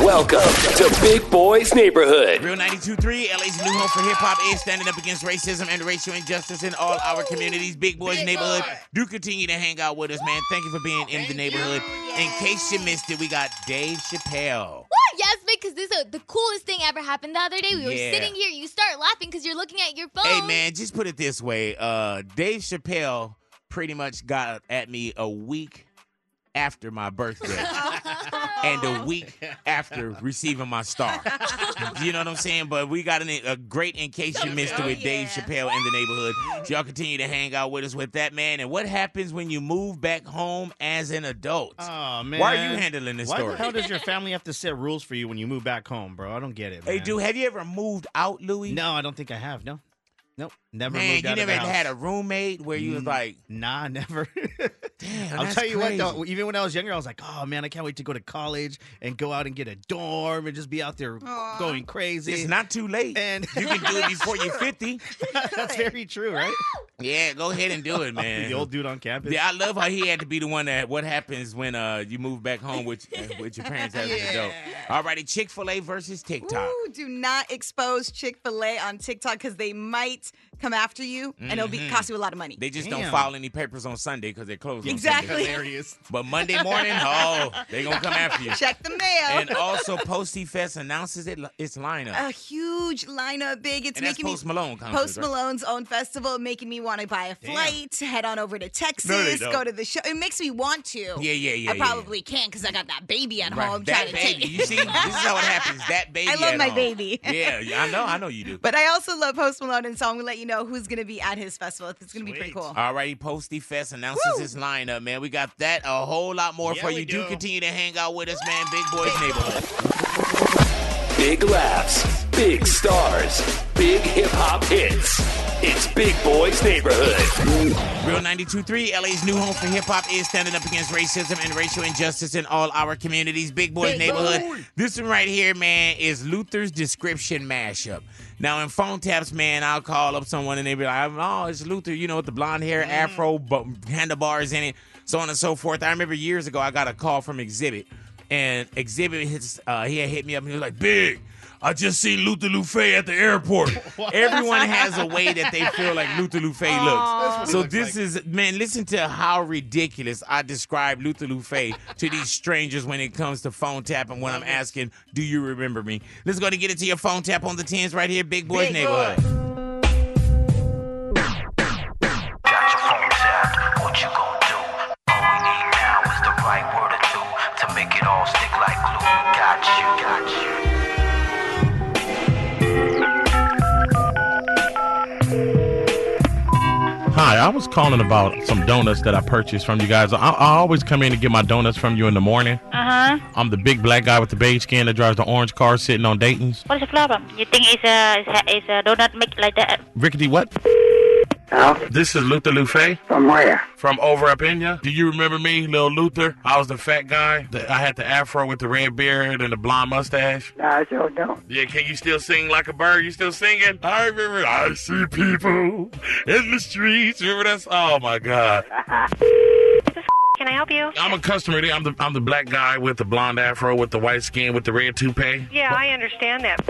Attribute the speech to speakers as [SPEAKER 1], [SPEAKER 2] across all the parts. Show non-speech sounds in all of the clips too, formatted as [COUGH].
[SPEAKER 1] Welcome to Big Boy's Neighborhood.
[SPEAKER 2] Real 92.3, LA's new home for hip hop is standing up against racism and racial injustice in all our communities. Big Boys Neighborhood, do continue to hang out with us, man. Thank you for being in the neighborhood. In case you missed it, we got Dave Chappelle.
[SPEAKER 3] Yes, because this is the coolest thing ever happened the other day. We were
[SPEAKER 2] Yeah.
[SPEAKER 3] sitting here. You start laughing because you're looking at your phone.
[SPEAKER 2] Hey, man, just put it this way uh, Dave Chappelle pretty much got at me a week after my [LAUGHS] birthday. and a week after receiving my star. you know what I'm saying? But we got an, a great in case you missed it with Dave Chappelle in the neighborhood. So y'all continue to hang out with us with that man. And what happens when you move back home as an adult?
[SPEAKER 4] Oh man,
[SPEAKER 2] Why are you handling this
[SPEAKER 4] Why
[SPEAKER 2] story?
[SPEAKER 4] the hell does your family have to set rules for you when you move back home, bro? I don't get it.
[SPEAKER 2] hey,
[SPEAKER 4] man.
[SPEAKER 2] dude, have you ever moved out, Louis?
[SPEAKER 4] No, I don't think I have. No, nope, never.
[SPEAKER 2] man,
[SPEAKER 4] moved
[SPEAKER 2] you
[SPEAKER 4] out
[SPEAKER 2] never
[SPEAKER 4] of the house.
[SPEAKER 2] had a roommate where you was
[SPEAKER 4] Mm.
[SPEAKER 2] like,
[SPEAKER 4] Nah, [LAUGHS] never.
[SPEAKER 2] damn,
[SPEAKER 4] I'll
[SPEAKER 2] that's
[SPEAKER 4] tell you
[SPEAKER 2] crazy.
[SPEAKER 4] what, though, even when I was younger, I was like, oh man, I can't wait to go to college and go out and get a dorm and just be out there going crazy.
[SPEAKER 2] It's not too late.
[SPEAKER 4] and
[SPEAKER 2] you can do it
[SPEAKER 4] [LAUGHS]
[SPEAKER 2] before you're 50.
[SPEAKER 4] that's very true, right?
[SPEAKER 2] Yeah, go ahead and do it, man.
[SPEAKER 4] The old dude on campus.
[SPEAKER 2] Yeah, I love how he had to be the one that what happens when uh you move back home with uh, with your
[SPEAKER 4] [LAUGHS]
[SPEAKER 2] parents as an adult. All righty, Chick Fil A versus TikTok.
[SPEAKER 5] Ooh, do not expose Chick Fil A on TikTok because they might come after you, and it'll be
[SPEAKER 2] Mhm.
[SPEAKER 5] cost you a lot of money.
[SPEAKER 2] They just don't
[SPEAKER 4] Damn.
[SPEAKER 2] file any papers on Sunday because they're closed. on
[SPEAKER 5] Exactly.
[SPEAKER 2] Sunday.
[SPEAKER 4] hilarious.
[SPEAKER 2] [LAUGHS] But Monday
[SPEAKER 5] [LAUGHS]
[SPEAKER 2] morning, oh, they gonna come after you.
[SPEAKER 5] Check the mail.
[SPEAKER 2] And also, Posty Fest announces it its lineup,
[SPEAKER 5] a huge lineup, big. It's
[SPEAKER 2] and that's
[SPEAKER 5] making
[SPEAKER 2] Post
[SPEAKER 5] me.
[SPEAKER 2] Malone. Concert,
[SPEAKER 5] Post
[SPEAKER 2] right?
[SPEAKER 5] Malone's own festival making me want to buy a flight, head on over to Texas,
[SPEAKER 2] don't.
[SPEAKER 5] go to the show. It makes me want to.
[SPEAKER 2] Yeah, yeah, yeah.
[SPEAKER 5] I probably can't because I got that baby at
[SPEAKER 2] yeah. Right,
[SPEAKER 5] home trying
[SPEAKER 2] That
[SPEAKER 5] to [LAUGHS]
[SPEAKER 2] baby,
[SPEAKER 5] take.
[SPEAKER 2] you see, this is how it happens. That
[SPEAKER 5] [LAUGHS]
[SPEAKER 2] baby.
[SPEAKER 5] I love
[SPEAKER 2] at
[SPEAKER 5] my
[SPEAKER 2] home.
[SPEAKER 5] baby.
[SPEAKER 2] Yeah, yeah, I know, I know you do.
[SPEAKER 5] But I also love Post Malone, and so I'm gonna let you know who's gonna be at his festival. It's gonna be pretty
[SPEAKER 4] Sweet.
[SPEAKER 5] cool.
[SPEAKER 2] All righty, Posty Fest announces
[SPEAKER 5] uh, Woo!
[SPEAKER 2] his lineup, man. We got that, a whole lot more
[SPEAKER 4] Yeah,
[SPEAKER 2] for
[SPEAKER 4] we
[SPEAKER 2] you. Do
[SPEAKER 4] do.
[SPEAKER 2] continue to hang out with us, man. Big Boys Neighborhood.
[SPEAKER 1] Big laughs, big stars, big hip hop hits. It's Big Boy's Neighborhood.
[SPEAKER 2] Real 92.3, LA's new home for hip hop is standing up against racism and racial injustice in all our communities. Big Boys Neighborhood. This one right here, man, is Luther's Description Mashup. Now, in phone taps, man, I'll call up someone and they be like, oh, it's Luther, you know, with the blonde hair, afro, bu- handlebars in it, so on and so forth. I remember years ago, I got a call from Exhibit, and Exhibit, hits, uh, he had hit me up and he was like, Big, I just seen Luther Lufay at
[SPEAKER 6] [LAUGHS]
[SPEAKER 2] the airport. Everyone has a way that they feel like Luther Lufay looks. So this is man, listen to how ridiculous I describe Luther Lufay to these strangers when it comes to phone tapping when I'm asking, do you remember me? Let's go to get it to your phone tap on the tens right here, Big Boys Neighborhood.
[SPEAKER 7] Got your phone tapped, what you gon' do? All we need now is the right word or two to make it all stick like glue. Got you, got
[SPEAKER 2] [LAUGHS]
[SPEAKER 7] you.
[SPEAKER 8] Hi, I was calling about some donuts that I purchased from you guys. I, I always come in and get my donuts from you in the morning.
[SPEAKER 9] Uh huh.
[SPEAKER 8] I'm the big black guy with the beige skin that drives the orange car sitting on Dayton's.
[SPEAKER 9] What is the problem? You think it's a it's a, it's a donut make like that?
[SPEAKER 8] Rickety, what?
[SPEAKER 7] Huh?
[SPEAKER 8] This is Luther Lufay
[SPEAKER 7] From where?
[SPEAKER 8] from over up in ya. Do you remember me, little Luther? I was the fat guy. that I had the afro with the red beard and the blonde mustache.
[SPEAKER 7] Nah, I sure don't.
[SPEAKER 8] Yeah, can you still sing like a bird? You still singing? I remember. I see people in the streets. Remember that's. Oh my God.
[SPEAKER 9] Can I help you?
[SPEAKER 8] I'm a customer. there. I'm the I'm the black guy with the blonde afro, with the white skin, with the red toupee.
[SPEAKER 9] Yeah, I understand that.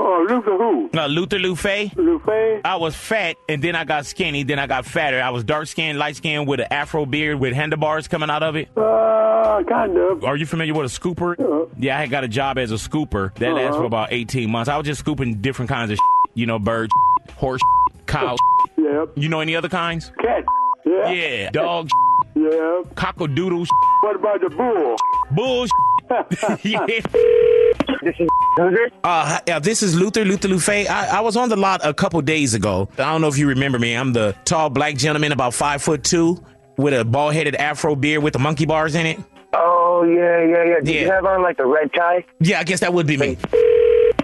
[SPEAKER 7] Oh, look at who.
[SPEAKER 2] Now, Luther Lufay.
[SPEAKER 7] Lupe?
[SPEAKER 2] I was fat and then I got skinny, then I got fatter. I was dark skinned, light skinned with an afro beard with handlebars coming out of it.
[SPEAKER 7] Uh, kind of. Uh,
[SPEAKER 2] Are you familiar with a scooper? Yeah, I had got a job as a scooper. That lasted
[SPEAKER 7] Uh-huh.
[SPEAKER 2] for about 18 months. I was just scooping different kinds of shit, you know, bird, shit, horse, shit, cow. shit.
[SPEAKER 7] [LAUGHS] Yep.
[SPEAKER 2] You know any other kinds?
[SPEAKER 7] Cat. Yeah.
[SPEAKER 2] Yeah, dog,
[SPEAKER 7] Yeah.
[SPEAKER 2] cockadoodle, shit,
[SPEAKER 7] What about the bull?
[SPEAKER 2] bull.
[SPEAKER 7] [LAUGHS]
[SPEAKER 2] shit. [LAUGHS] yeah. Uh, hi- uh, this is Luther, Luther Lufay. I, I was on the lot a couple days ago. I don't know if you remember me. I'm the tall black gentleman, about five foot two, with a bald headed afro beard with the monkey bars in it.
[SPEAKER 7] Oh, yeah, yeah, yeah. Did
[SPEAKER 2] Yeah.
[SPEAKER 7] you have on like the red tie?
[SPEAKER 2] Yeah, I guess that would be me.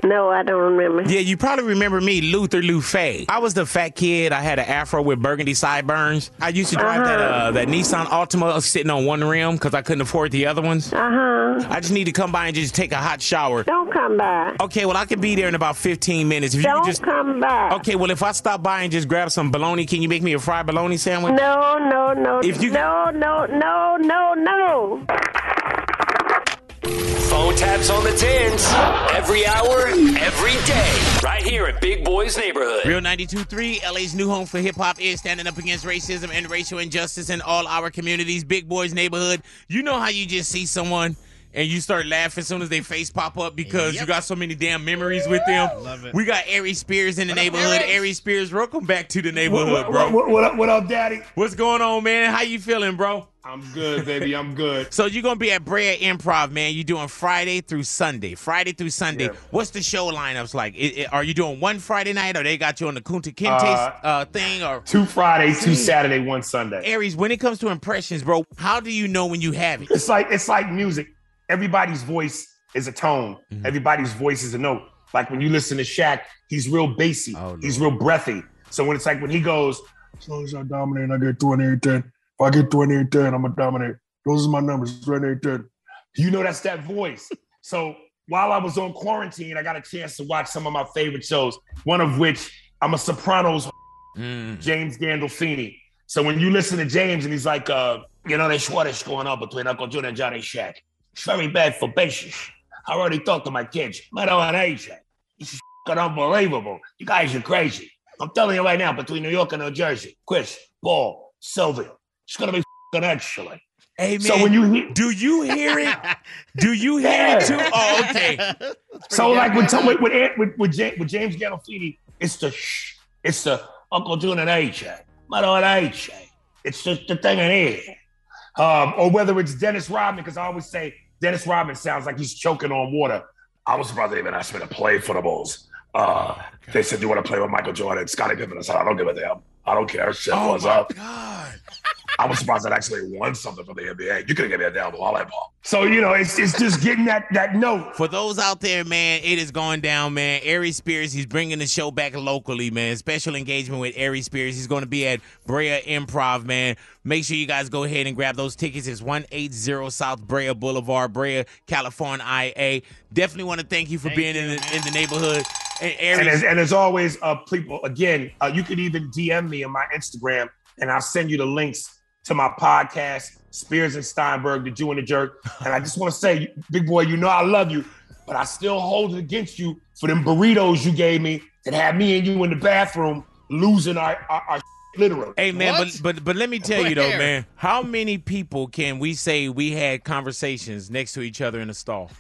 [SPEAKER 10] No, I don't remember.
[SPEAKER 2] Yeah, you probably remember me, Luther Lufay. I was the fat kid. I had an afro with burgundy sideburns. I used to drive that
[SPEAKER 10] Uh-huh.
[SPEAKER 2] uh, that Nissan Altima sitting on one rim because I couldn't afford the other ones.
[SPEAKER 10] Uh huh.
[SPEAKER 2] I just need to come by and just take a hot shower.
[SPEAKER 10] Don't come back.
[SPEAKER 2] Okay, well I can be there in about 15 minutes. If you could
[SPEAKER 10] Don't
[SPEAKER 2] just
[SPEAKER 10] come back.
[SPEAKER 2] Okay, well if I stop by and just grab some bologna, can you make me a fried bologna sandwich?
[SPEAKER 10] No, no, no.
[SPEAKER 2] If you-
[SPEAKER 10] no, no, no, no, no.
[SPEAKER 1] Phone taps on the tins every hour, every day, right here at Big Boy's Neighborhood.
[SPEAKER 2] Real 92.3, LA's new home for hip hop is standing up against racism and racial injustice in all our communities. Big Boys Neighborhood. You know how you just see someone and you start laughing as soon as they face pop up because you got so many damn memories with them.
[SPEAKER 4] Love it.
[SPEAKER 2] We got Ari Spears in the neighborhood. Ari Spears, welcome back to the neighborhood, bro.
[SPEAKER 6] What, what up, what up, Daddy?
[SPEAKER 2] What's going on, man? How you feeling, bro?
[SPEAKER 6] I'm good, baby. I'm good.
[SPEAKER 2] [LAUGHS] So you're gonna be at Brea Improv, man. You're doing Friday through Sunday. Friday through Sunday.
[SPEAKER 6] Yeah.
[SPEAKER 2] What's the show lineups like? I- I- are you doing one Friday night, or they got you on the Kunta Kinte
[SPEAKER 6] Uh,
[SPEAKER 2] uh, thing, or
[SPEAKER 6] Two Friday, two Saturday, one Sunday.
[SPEAKER 2] Aries, when it comes to impressions, bro, how do you know when you have it?
[SPEAKER 6] It's like it's like music. Everybody's voice is a tone.
[SPEAKER 2] Mm-hmm.
[SPEAKER 6] Everybody's voice is a note. Like when you listen to Shaq, he's real bassy.
[SPEAKER 2] Oh,
[SPEAKER 6] he's real breathy. So when it's like when he goes, as long as I dominate, I get 28-10. If I get 28-10, I'm gonna dominate. Those are my numbers, 28-10. You know that's that voice. [LAUGHS] so while I was on quarantine, I got a chance to watch some of my favorite shows. One of which I'm a Sopranos
[SPEAKER 2] Mm.
[SPEAKER 6] James Gandolfini. So when you listen to James and he's like, uh, you know, there's what is going on between Uncle June and Johnny Shack. It's very bad for basis. I already talked to my kids. I don't want Asia. This is f***ing unbelievable. You guys are crazy. I'm telling you right now, between New York and New Jersey, Chris, Paul, Sylvia, it's going to be f***ing excellent.
[SPEAKER 2] Hey, man.
[SPEAKER 6] So when you hear,
[SPEAKER 2] do you
[SPEAKER 6] [LAUGHS]
[SPEAKER 2] hear it? Do you hear it too? Oh, okay.
[SPEAKER 6] so like with, with, with, Ant- with, with, Ja- with James Gandolfini, it's the shh, it's the Uncle June and AJ, Mother and AJ. It's just the thing in here. Um, or whether it's Dennis Rodman, because I always say Dennis Rodman sounds like he's choking on water. I was about to even ask me to play for the Bulls. Uh, they said, Do you want to play with Michael Jordan? Scottie Pippen. I said, I don't give a damn. I don't care. Shit
[SPEAKER 2] Oh
[SPEAKER 6] was
[SPEAKER 2] my
[SPEAKER 6] up.
[SPEAKER 2] God.
[SPEAKER 6] I was surprised I'd actually won something from the NBA. You could have given me a damn lollipop. So, you know, it's, it's just getting that, that note.
[SPEAKER 2] For those out there, man, it is going down, man. Aries Spears, he's bringing the show back locally, man. Special engagement with Aries Spears. He's going to be at Brea Improv, man. Make sure you guys go ahead and grab those tickets. It's 180 South Brea Boulevard, Brea, California, IA. Definitely want to thank you for being in the, in the neighborhood. And
[SPEAKER 6] And
[SPEAKER 2] Aries,
[SPEAKER 6] as, and as always, uh, people, again, uh, you can even DM me on my Instagram and I'll send you the links to my podcast, Spears and Steinberg, The Jew and the Jerk. And I just want to say, big boy, you know I love you, but I still hold it against you for them burritos you gave me that had me and you in the bathroom losing our, our, our literally.
[SPEAKER 2] Hey man,
[SPEAKER 4] What?
[SPEAKER 2] but but but let me tell you though,
[SPEAKER 4] Where?
[SPEAKER 2] man, how many people can we say we had conversations next to each other in
[SPEAKER 4] [LAUGHS]
[SPEAKER 2] a stall?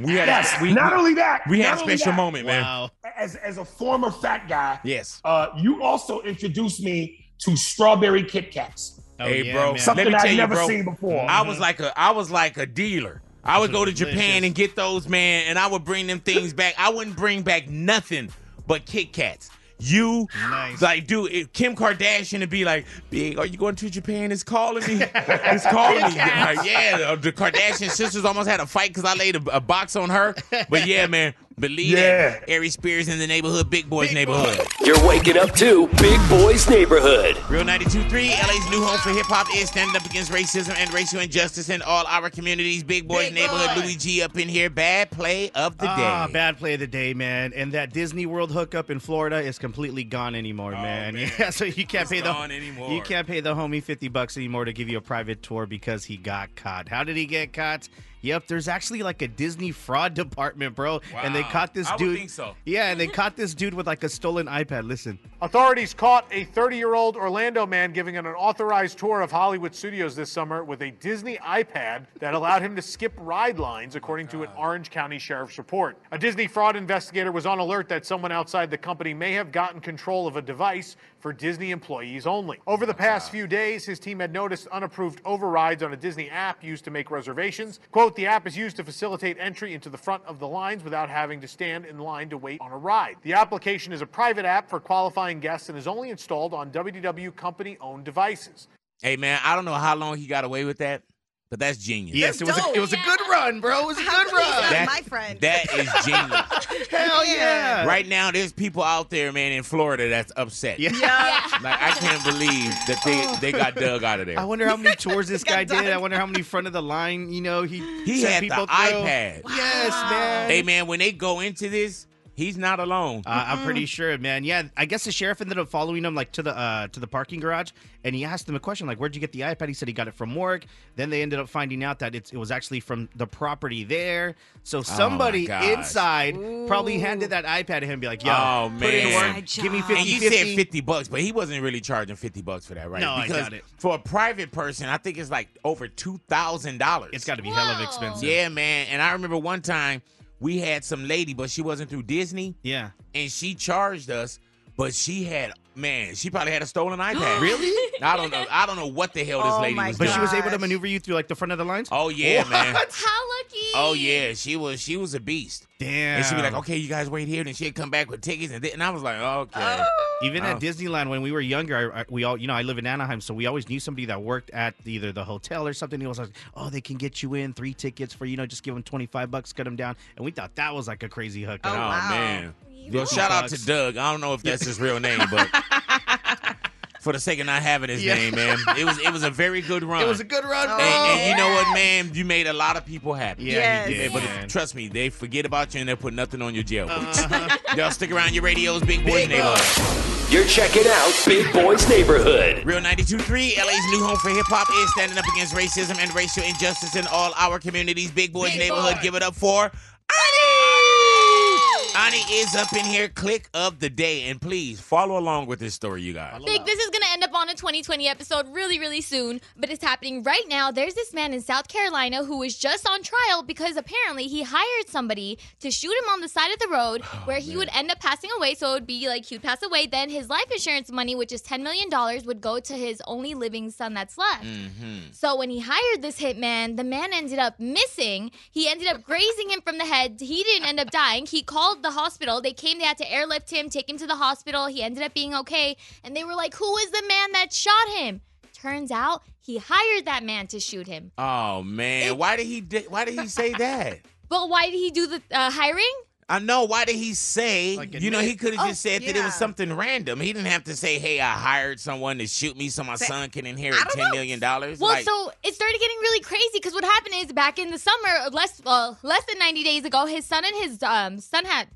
[SPEAKER 2] we had
[SPEAKER 6] Yes,
[SPEAKER 2] we,
[SPEAKER 6] not only that,
[SPEAKER 2] we had
[SPEAKER 6] not
[SPEAKER 2] a
[SPEAKER 6] only
[SPEAKER 2] special
[SPEAKER 6] that,
[SPEAKER 2] moment, man.
[SPEAKER 4] Wow.
[SPEAKER 6] As, as a former fat guy,
[SPEAKER 2] Yes.
[SPEAKER 6] uh, you also introduced me to strawberry Kit Kats,
[SPEAKER 4] Oh,
[SPEAKER 2] hey
[SPEAKER 4] yeah,
[SPEAKER 2] bro,
[SPEAKER 4] man.
[SPEAKER 2] let
[SPEAKER 6] something
[SPEAKER 2] me tell
[SPEAKER 6] I've
[SPEAKER 2] you,
[SPEAKER 6] never
[SPEAKER 2] bro.
[SPEAKER 6] seen before.
[SPEAKER 2] I was like a I was like a dealer. I would
[SPEAKER 4] Those
[SPEAKER 2] go
[SPEAKER 4] are
[SPEAKER 2] to Japan
[SPEAKER 4] delicious.
[SPEAKER 2] and get those man, and I would bring them things back. I wouldn't bring back nothing but Kit Kats. You
[SPEAKER 4] Nice.
[SPEAKER 2] like, dude, if Kim Kardashian would be like, "Big, are you going to Japan? It's
[SPEAKER 4] [LAUGHS]
[SPEAKER 2] calling me. It's calling me." Like, yeah, the Kardashian sisters almost had a fight because I laid a, a box on her. But yeah, man, believe that. Aries Spears in the neighborhood, big boys neighborhood.
[SPEAKER 1] You're waking up to Big Boy's Neighborhood.
[SPEAKER 2] Real 92.3, LA's new home for hip hop is standing up against racism and racial injustice in all our communities. Big Boys
[SPEAKER 4] Big
[SPEAKER 2] Neighborhood,
[SPEAKER 4] boy.
[SPEAKER 2] Louis G up in here. Bad play of the
[SPEAKER 4] Ah,
[SPEAKER 2] day.
[SPEAKER 4] bad play of the day, man. And that Disney World hookup in Florida is completely gone anymore, man. [LAUGHS]
[SPEAKER 2] Oh, man.
[SPEAKER 4] Yeah, so you can't
[SPEAKER 2] It's
[SPEAKER 4] pay the
[SPEAKER 2] gone anymore.
[SPEAKER 4] you can't pay the homie fifty bucks anymore to give you a private tour because he got caught. How did he get caught? Yep, there's actually like a Disney fraud [LAUGHS] department, bro. And they
[SPEAKER 2] Wow.
[SPEAKER 4] caught this
[SPEAKER 2] I would
[SPEAKER 4] dude.
[SPEAKER 2] think so.
[SPEAKER 4] Yeah, and they caught this dude with like a stolen iPad. Listen.
[SPEAKER 11] Authorities caught a 30 year old Orlando man giving an unauthorized tour of Hollywood studios this summer with a Disney iPad that allowed him to skip ride lines, according to an Orange County Sheriff's report. A Disney fraud investigator was on alert that someone outside the company may have gotten control of a device for Disney employees only. Over the past few days, his team had noticed unapproved overrides on a Disney app used to make reservations. Quote, the app is used to facilitate entry into the front of the lines without having to stand in line to wait on a ride. The application is a private app for qualifying guests and is only installed on WDW company owned devices.
[SPEAKER 2] Hey, man, I don't know how long he got away with that, but that's genius.
[SPEAKER 4] Yes, it was a,
[SPEAKER 5] dope.
[SPEAKER 4] it was a good run, bro. It was a
[SPEAKER 5] How
[SPEAKER 4] good
[SPEAKER 5] come he's
[SPEAKER 4] run.
[SPEAKER 5] not
[SPEAKER 2] That-
[SPEAKER 5] my friend?
[SPEAKER 2] That is genius.
[SPEAKER 4] [LAUGHS] Hell yeah.
[SPEAKER 2] Right now, there's people out there, man, in Florida that's upset.
[SPEAKER 4] Yeah.
[SPEAKER 2] Like I can't believe that they they
[SPEAKER 4] [LAUGHS]
[SPEAKER 2] got dug out of there.
[SPEAKER 4] I wonder
[SPEAKER 5] [LAUGHS]
[SPEAKER 4] how many tours this guy did. I wonder how many front of the line, you know, he
[SPEAKER 2] He
[SPEAKER 4] sent
[SPEAKER 2] had the
[SPEAKER 4] people through.
[SPEAKER 2] iPad.
[SPEAKER 4] Yes, man.
[SPEAKER 2] Hey man, when they go into this, he's not alone.
[SPEAKER 4] Uh, I'm pretty sure, man. Yeah, I guess the sheriff ended up following him like to the uh, to the parking garage, and he asked him a question like, "Where'd you get the iPad?" He said he got it from work. Then they ended up finding out that it's, it was actually from the property there. So somebody
[SPEAKER 2] Oh, gosh.
[SPEAKER 4] inside probably handed that iPad to him, and be like, "Yo,
[SPEAKER 2] oh
[SPEAKER 4] put in
[SPEAKER 2] man,
[SPEAKER 4] work, give me 50,
[SPEAKER 2] And you said fifty bucks, but he wasn't really charging fifty bucks for that, right?
[SPEAKER 4] No, I
[SPEAKER 2] because
[SPEAKER 4] got it.
[SPEAKER 2] For a private person, I think it's like over two thousand dollars. It's got
[SPEAKER 4] to be hella expensive.
[SPEAKER 2] Yeah, man. And I remember one time we had some lady, but she wasn't through Disney,
[SPEAKER 4] Yeah,
[SPEAKER 2] and she charged us, but she had man, she probably had a
[SPEAKER 4] [GASPS]
[SPEAKER 2] stolen iPad. really? I don't know. I don't know what the hell this
[SPEAKER 4] Oh
[SPEAKER 2] lady
[SPEAKER 4] my
[SPEAKER 2] was.
[SPEAKER 4] But she was
[SPEAKER 2] doing.
[SPEAKER 4] able to maneuver you through like the front of the lines.
[SPEAKER 2] Oh yeah, man.
[SPEAKER 3] How lucky.
[SPEAKER 2] Oh yeah, she was she was a beast.
[SPEAKER 4] Damn.
[SPEAKER 2] And she'd be like, "Okay, you guys wait here," then she'd come back with tickets, and, th- and I was like, "Okay."
[SPEAKER 4] Even
[SPEAKER 2] Oh.
[SPEAKER 4] at Disneyland when we were younger, I, I, we all, you know, I live in Anaheim, so we always knew somebody that worked at either the hotel or something. He was like, "Oh, they can get you in three tickets for you know, just give them twenty five bucks, cut them down." And we thought that was like a crazy hook.
[SPEAKER 2] Oh, man. Well, shout out to Doug. I don't know if that's his real name, but for the sake of not having his
[SPEAKER 4] Yeah. Oh.
[SPEAKER 2] name, man, it was it was a very good run.
[SPEAKER 4] It was a good run,
[SPEAKER 2] And,
[SPEAKER 4] bro.
[SPEAKER 2] and you know what, man? You made a lot of people happy.
[SPEAKER 4] Yeah, he Yes. did,
[SPEAKER 2] But
[SPEAKER 4] man.
[SPEAKER 2] trust me, they forget about you and they put nothing on your jail books. Y'all stick around your radios, big boys neighborhood.
[SPEAKER 1] You're checking out Big Boys Neighborhood.
[SPEAKER 2] Real 92.3, LA's new home for hip hop is standing up against racism and racial injustice in all our communities. Big Boys Neighborhood, give it up for Ani! Ani is up in here. Click of the day. And please follow along with this story, you guys.
[SPEAKER 3] Big, this is going to end up on a 2020 episode really, really soon, but it's happening right now. There's this man in South Carolina who was just on trial because apparently he hired somebody to shoot him on the side of the road
[SPEAKER 2] Oh,
[SPEAKER 3] where he would end up passing away. So it would be like he'd pass away. Then his life insurance money, which is $10 million, would go to his only living son that's left.
[SPEAKER 2] Mm-hmm.
[SPEAKER 3] So when he hired this hitman, the man ended up missing. He ended up grazing him from the head. He didn't end up dying. He called the hospital. They came, they had to airlift him, take him to the hospital. He ended up being okay. And they were like, Who is the man that shot him? Turns out he hired that man to shoot him.
[SPEAKER 2] Oh man, why did he di- why did he
[SPEAKER 3] [LAUGHS]
[SPEAKER 2] say that?
[SPEAKER 3] But why did he do the uh, hiring?
[SPEAKER 2] I know. Why did he say? you know, he could have
[SPEAKER 3] Oh,
[SPEAKER 2] just said that it
[SPEAKER 3] yeah.
[SPEAKER 2] was something random. He didn't have to say, "Hey, I hired someone to shoot me so my
[SPEAKER 3] Say-
[SPEAKER 2] son can inherit ten million dollars."
[SPEAKER 3] Well,
[SPEAKER 2] Like,
[SPEAKER 3] so it started getting really crazy because what happened is back in the summer, less well, less than ninety days ago, his son and his um son had.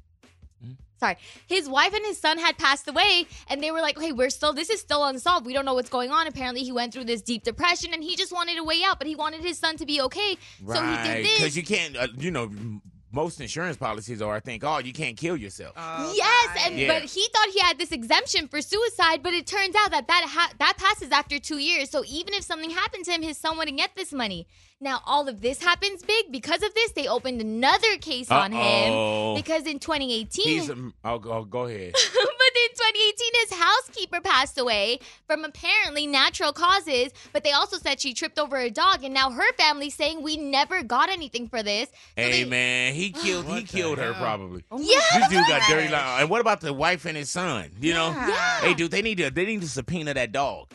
[SPEAKER 2] Hmm?
[SPEAKER 3] Sorry, his wife and his son had passed away, and they were like, "Hey, we're still. This is still unsolved. We don't know what's going on." Apparently, he went through this deep depression, and he just wanted a way out, but he wanted his son to be okay. So he
[SPEAKER 2] right?
[SPEAKER 3] did this.
[SPEAKER 2] Because you can't. Uh, you know, m- most insurance policies are. I think, oh, you can't kill yourself.
[SPEAKER 3] yes, and
[SPEAKER 2] Yeah.
[SPEAKER 3] but he thought he had this exemption for suicide, but it turns out that that ha- that passes after two years. So even if something happened to him, his son wouldn't get this money. Now all of this happens big because of this. They opened another case on
[SPEAKER 2] Uh-oh.
[SPEAKER 3] him because in 2018,
[SPEAKER 2] He's. Um, oh, go, go
[SPEAKER 3] [LAUGHS]
[SPEAKER 2] ahead.
[SPEAKER 3] but in 2018, his housekeeper passed away from apparently natural causes. But they also said she tripped over a dog, and now her family's saying we never got anything for this.
[SPEAKER 2] hey man,
[SPEAKER 3] [GASPS]
[SPEAKER 2] he killed. he killed her probably.
[SPEAKER 3] Oh my Yeah,
[SPEAKER 2] This dude got
[SPEAKER 3] gosh.
[SPEAKER 2] dirty. Like, and what about the wife and his son? You know. Hey, dude, they need to. They need to subpoena that dog.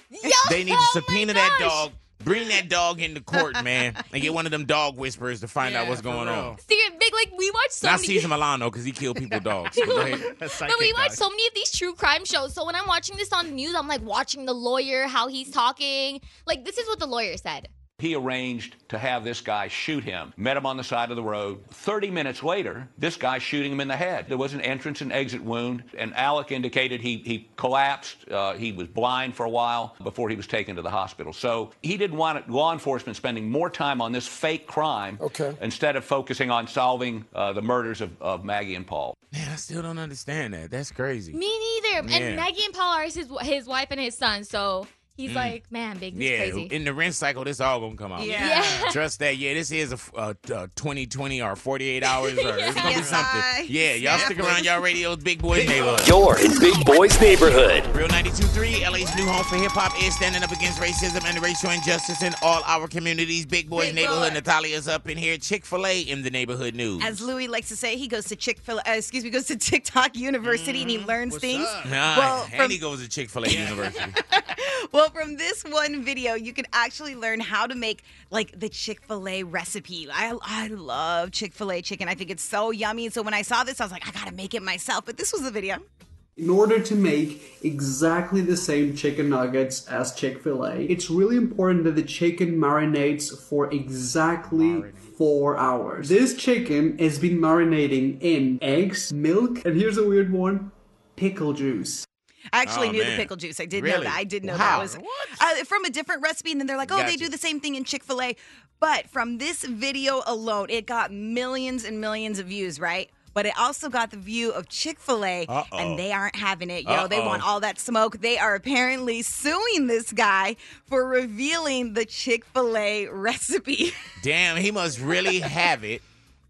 [SPEAKER 2] They need
[SPEAKER 3] oh
[SPEAKER 2] to subpoena that dog. Bring that dog into court, man, and get one of them dog whisperers to find out what's going on.
[SPEAKER 3] Ser- Big, like we watched so
[SPEAKER 2] Not
[SPEAKER 3] many.
[SPEAKER 2] Cesar Milano because he
[SPEAKER 3] [LAUGHS]
[SPEAKER 2] killed people dogs. But go ahead.
[SPEAKER 3] But we watch so many of these true crime shows. So when I'm watching this on the news, I'm like watching the lawyer, how he's talking. Like this is what the lawyer said.
[SPEAKER 12] He arranged to have this guy shoot him. Met him on the side of the road. 30 minutes later, this guy shooting him in the head. There was an entrance and exit wound, and Alec indicated he, he collapsed. Uh, he was blind for a while before he was taken to the hospital. So he didn't want law enforcement spending more time on this fake crime instead of focusing on solving uh, the murders of, of Maggie and Paul.
[SPEAKER 2] Man, I still don't understand that. That's crazy.
[SPEAKER 3] Me neither.
[SPEAKER 2] Yeah.
[SPEAKER 3] And Maggie and Paul are his his wife and his son. So he's
[SPEAKER 2] Mm.
[SPEAKER 3] like, man, big, this
[SPEAKER 2] Yeah,
[SPEAKER 3] is crazy.
[SPEAKER 2] in the rent cycle, this all gonna come out.
[SPEAKER 3] Yeah. Yeah.
[SPEAKER 2] [LAUGHS] Trust that. Yeah, this is a f- uh, t- uh, 2020 or 48 hours
[SPEAKER 3] [LAUGHS]
[SPEAKER 2] or it's gonna be
[SPEAKER 1] Yeah.
[SPEAKER 2] something. Yeah, y'all stick around. Y'all radios, Big Boys Neighborhood.
[SPEAKER 1] You're in Big Boys Neighborhood.
[SPEAKER 2] Real 92.3, LA's new home for hip hop is standing up against racism and racial injustice in all our communities. Big Boys
[SPEAKER 5] Big
[SPEAKER 2] Neighborhood.
[SPEAKER 5] boy.
[SPEAKER 2] Natalia's up in here. Chick fil A in the neighborhood news.
[SPEAKER 5] As Louis likes to say, he goes to Chick Fil. Uh, excuse me, goes to
[SPEAKER 4] Mm-hmm.
[SPEAKER 5] TikTok University and he learns things.
[SPEAKER 2] Nah,
[SPEAKER 5] well,
[SPEAKER 2] and
[SPEAKER 5] from,
[SPEAKER 2] he goes to Chick fil A University.
[SPEAKER 5] Well, from this one video, you can actually learn how to make like the Chick fil A recipe. I, I love Chick fil A chicken, I think it's so yummy. So when I saw this, I was like, I gotta make it myself. But this was the video.
[SPEAKER 13] In order to make exactly the same chicken nuggets as Chick fil A, it's really important that the chicken marinates for exactly four hours. This chicken has been marinating in eggs, milk, and here's a weird one pickle juice.
[SPEAKER 5] I actually
[SPEAKER 13] Oh,
[SPEAKER 5] knew the
[SPEAKER 13] man.
[SPEAKER 5] pickle juice. I did know
[SPEAKER 13] Really?
[SPEAKER 5] that. I did know
[SPEAKER 13] Wow.
[SPEAKER 5] that was uh, from a different recipe, and then they're like, "Oh, they
[SPEAKER 13] Gotcha.
[SPEAKER 5] do the same thing in Chick Fil A." But from this video alone, it got millions and millions of views, right? But it also got the view of Chick Fil A,
[SPEAKER 14] Uh-oh.
[SPEAKER 5] and they aren't having it. Yo, they
[SPEAKER 14] Uh-oh.
[SPEAKER 5] want all that smoke. They are apparently suing this guy for revealing the Chick Fil A recipe. [LAUGHS]
[SPEAKER 2] Damn, he must really have it,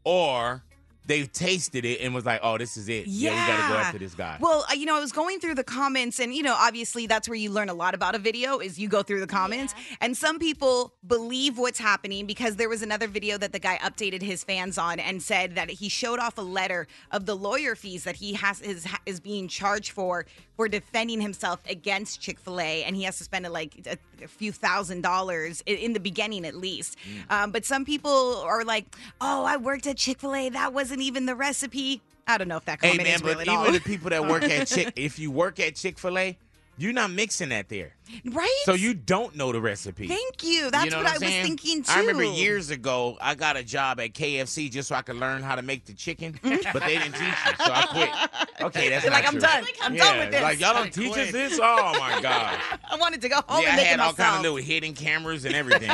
[SPEAKER 2] or they tasted it and was like, "Oh, this is it. Yeah, we gotta go
[SPEAKER 5] Yeah.
[SPEAKER 2] after this guy."
[SPEAKER 5] Well, uh, you know, I was going through the comments, and you know, obviously, that's where you learn a lot about a video is you go through the comments. And some people believe what's happening because there was another video that the guy updated his fans on and said that he showed off a letter of the lawyer fees that he has is is being charged for for defending himself against Chick Fil A, and he has to spend uh, like a, a few thousand dollars i- in the beginning at least.
[SPEAKER 2] Mm.
[SPEAKER 5] Um, but some people are like, "Oh, I worked at Chick Fil A. That wasn't even the recipe." I don't know if that
[SPEAKER 2] hey
[SPEAKER 5] comment
[SPEAKER 2] man,
[SPEAKER 5] is real
[SPEAKER 2] but
[SPEAKER 5] at
[SPEAKER 2] even
[SPEAKER 5] all.
[SPEAKER 2] the people that
[SPEAKER 5] [LAUGHS]
[SPEAKER 2] work at Chick, if you work at Chick Fil A, you're not mixing that there,
[SPEAKER 5] Right?
[SPEAKER 2] so you don't know the recipe.
[SPEAKER 5] Thank you. That's
[SPEAKER 2] know
[SPEAKER 5] what,
[SPEAKER 2] what
[SPEAKER 5] I
[SPEAKER 2] I'm
[SPEAKER 5] was
[SPEAKER 2] saying?
[SPEAKER 5] thinking too.
[SPEAKER 2] I remember years ago, I got a job at KFC just so I could learn how to make
[SPEAKER 5] [LAUGHS]
[SPEAKER 2] the chicken, but they didn't teach you, so I quit. Okay, that's
[SPEAKER 5] You're
[SPEAKER 2] not
[SPEAKER 5] like, I'm
[SPEAKER 2] true.
[SPEAKER 5] done. I'm
[SPEAKER 2] yeah,
[SPEAKER 5] done with this.
[SPEAKER 2] Like y'all don't teach us this? Oh my god.
[SPEAKER 5] [LAUGHS] I wanted to go home
[SPEAKER 2] yeah,
[SPEAKER 5] and
[SPEAKER 2] I
[SPEAKER 5] make
[SPEAKER 2] had
[SPEAKER 5] it
[SPEAKER 2] all
[SPEAKER 5] myself.
[SPEAKER 2] kind of little hidden cameras and everything.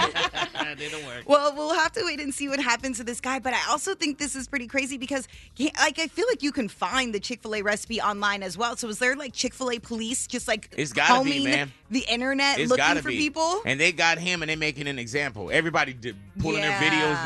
[SPEAKER 5] Well, we'll have to wait and see what happens to this guy. But I also think this is pretty crazy because, he- like, I feel like you can find the Chick Fil A recipe online as well. So is there like Chick Fil A police just like
[SPEAKER 2] It's gotta be,
[SPEAKER 5] combing
[SPEAKER 2] man.
[SPEAKER 5] the internet
[SPEAKER 2] It's
[SPEAKER 5] looking
[SPEAKER 2] gotta
[SPEAKER 5] for
[SPEAKER 2] be.
[SPEAKER 5] people?
[SPEAKER 2] And they got him, and they making an example. Everybody d- pulling their videos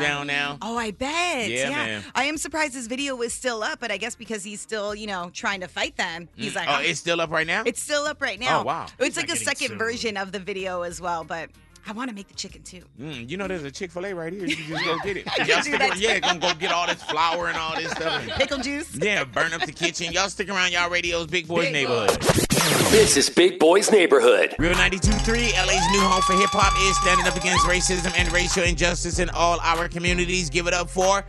[SPEAKER 5] Yeah.
[SPEAKER 2] down now.
[SPEAKER 5] Oh, I bet. Yeah,
[SPEAKER 2] Yeah, man.
[SPEAKER 5] I am surprised his video was still up, but I guess because he's still, you know, trying to fight them, he's
[SPEAKER 2] Mm.
[SPEAKER 5] like,
[SPEAKER 2] oh,
[SPEAKER 5] "I'm
[SPEAKER 2] it's still up right now.
[SPEAKER 5] It's still up right now.
[SPEAKER 2] Oh, wow.
[SPEAKER 5] It's
[SPEAKER 2] He's
[SPEAKER 5] like
[SPEAKER 2] not
[SPEAKER 5] a
[SPEAKER 2] getting
[SPEAKER 5] second
[SPEAKER 2] sued.
[SPEAKER 5] version of the video as well, but I want to make the chicken too.
[SPEAKER 2] Mm, you know, there's a Chick Fil A right here. You can
[SPEAKER 5] [LAUGHS]
[SPEAKER 2] just go get it.
[SPEAKER 5] I
[SPEAKER 2] Y'all
[SPEAKER 5] can do
[SPEAKER 2] stick
[SPEAKER 5] that
[SPEAKER 2] around. Yeah, gonna go get all this flour and all this stuff.
[SPEAKER 5] [LAUGHS] Pickle juice.
[SPEAKER 2] Yeah, burn up the kitchen. Y'all stick around. Y'all radios, Big Boys Neighborhood.
[SPEAKER 1] This is Big Boys Neighborhood.
[SPEAKER 2] Real 92.3, LA's new home for hip hop is standing up against racism and racial injustice in all our communities. Give it up for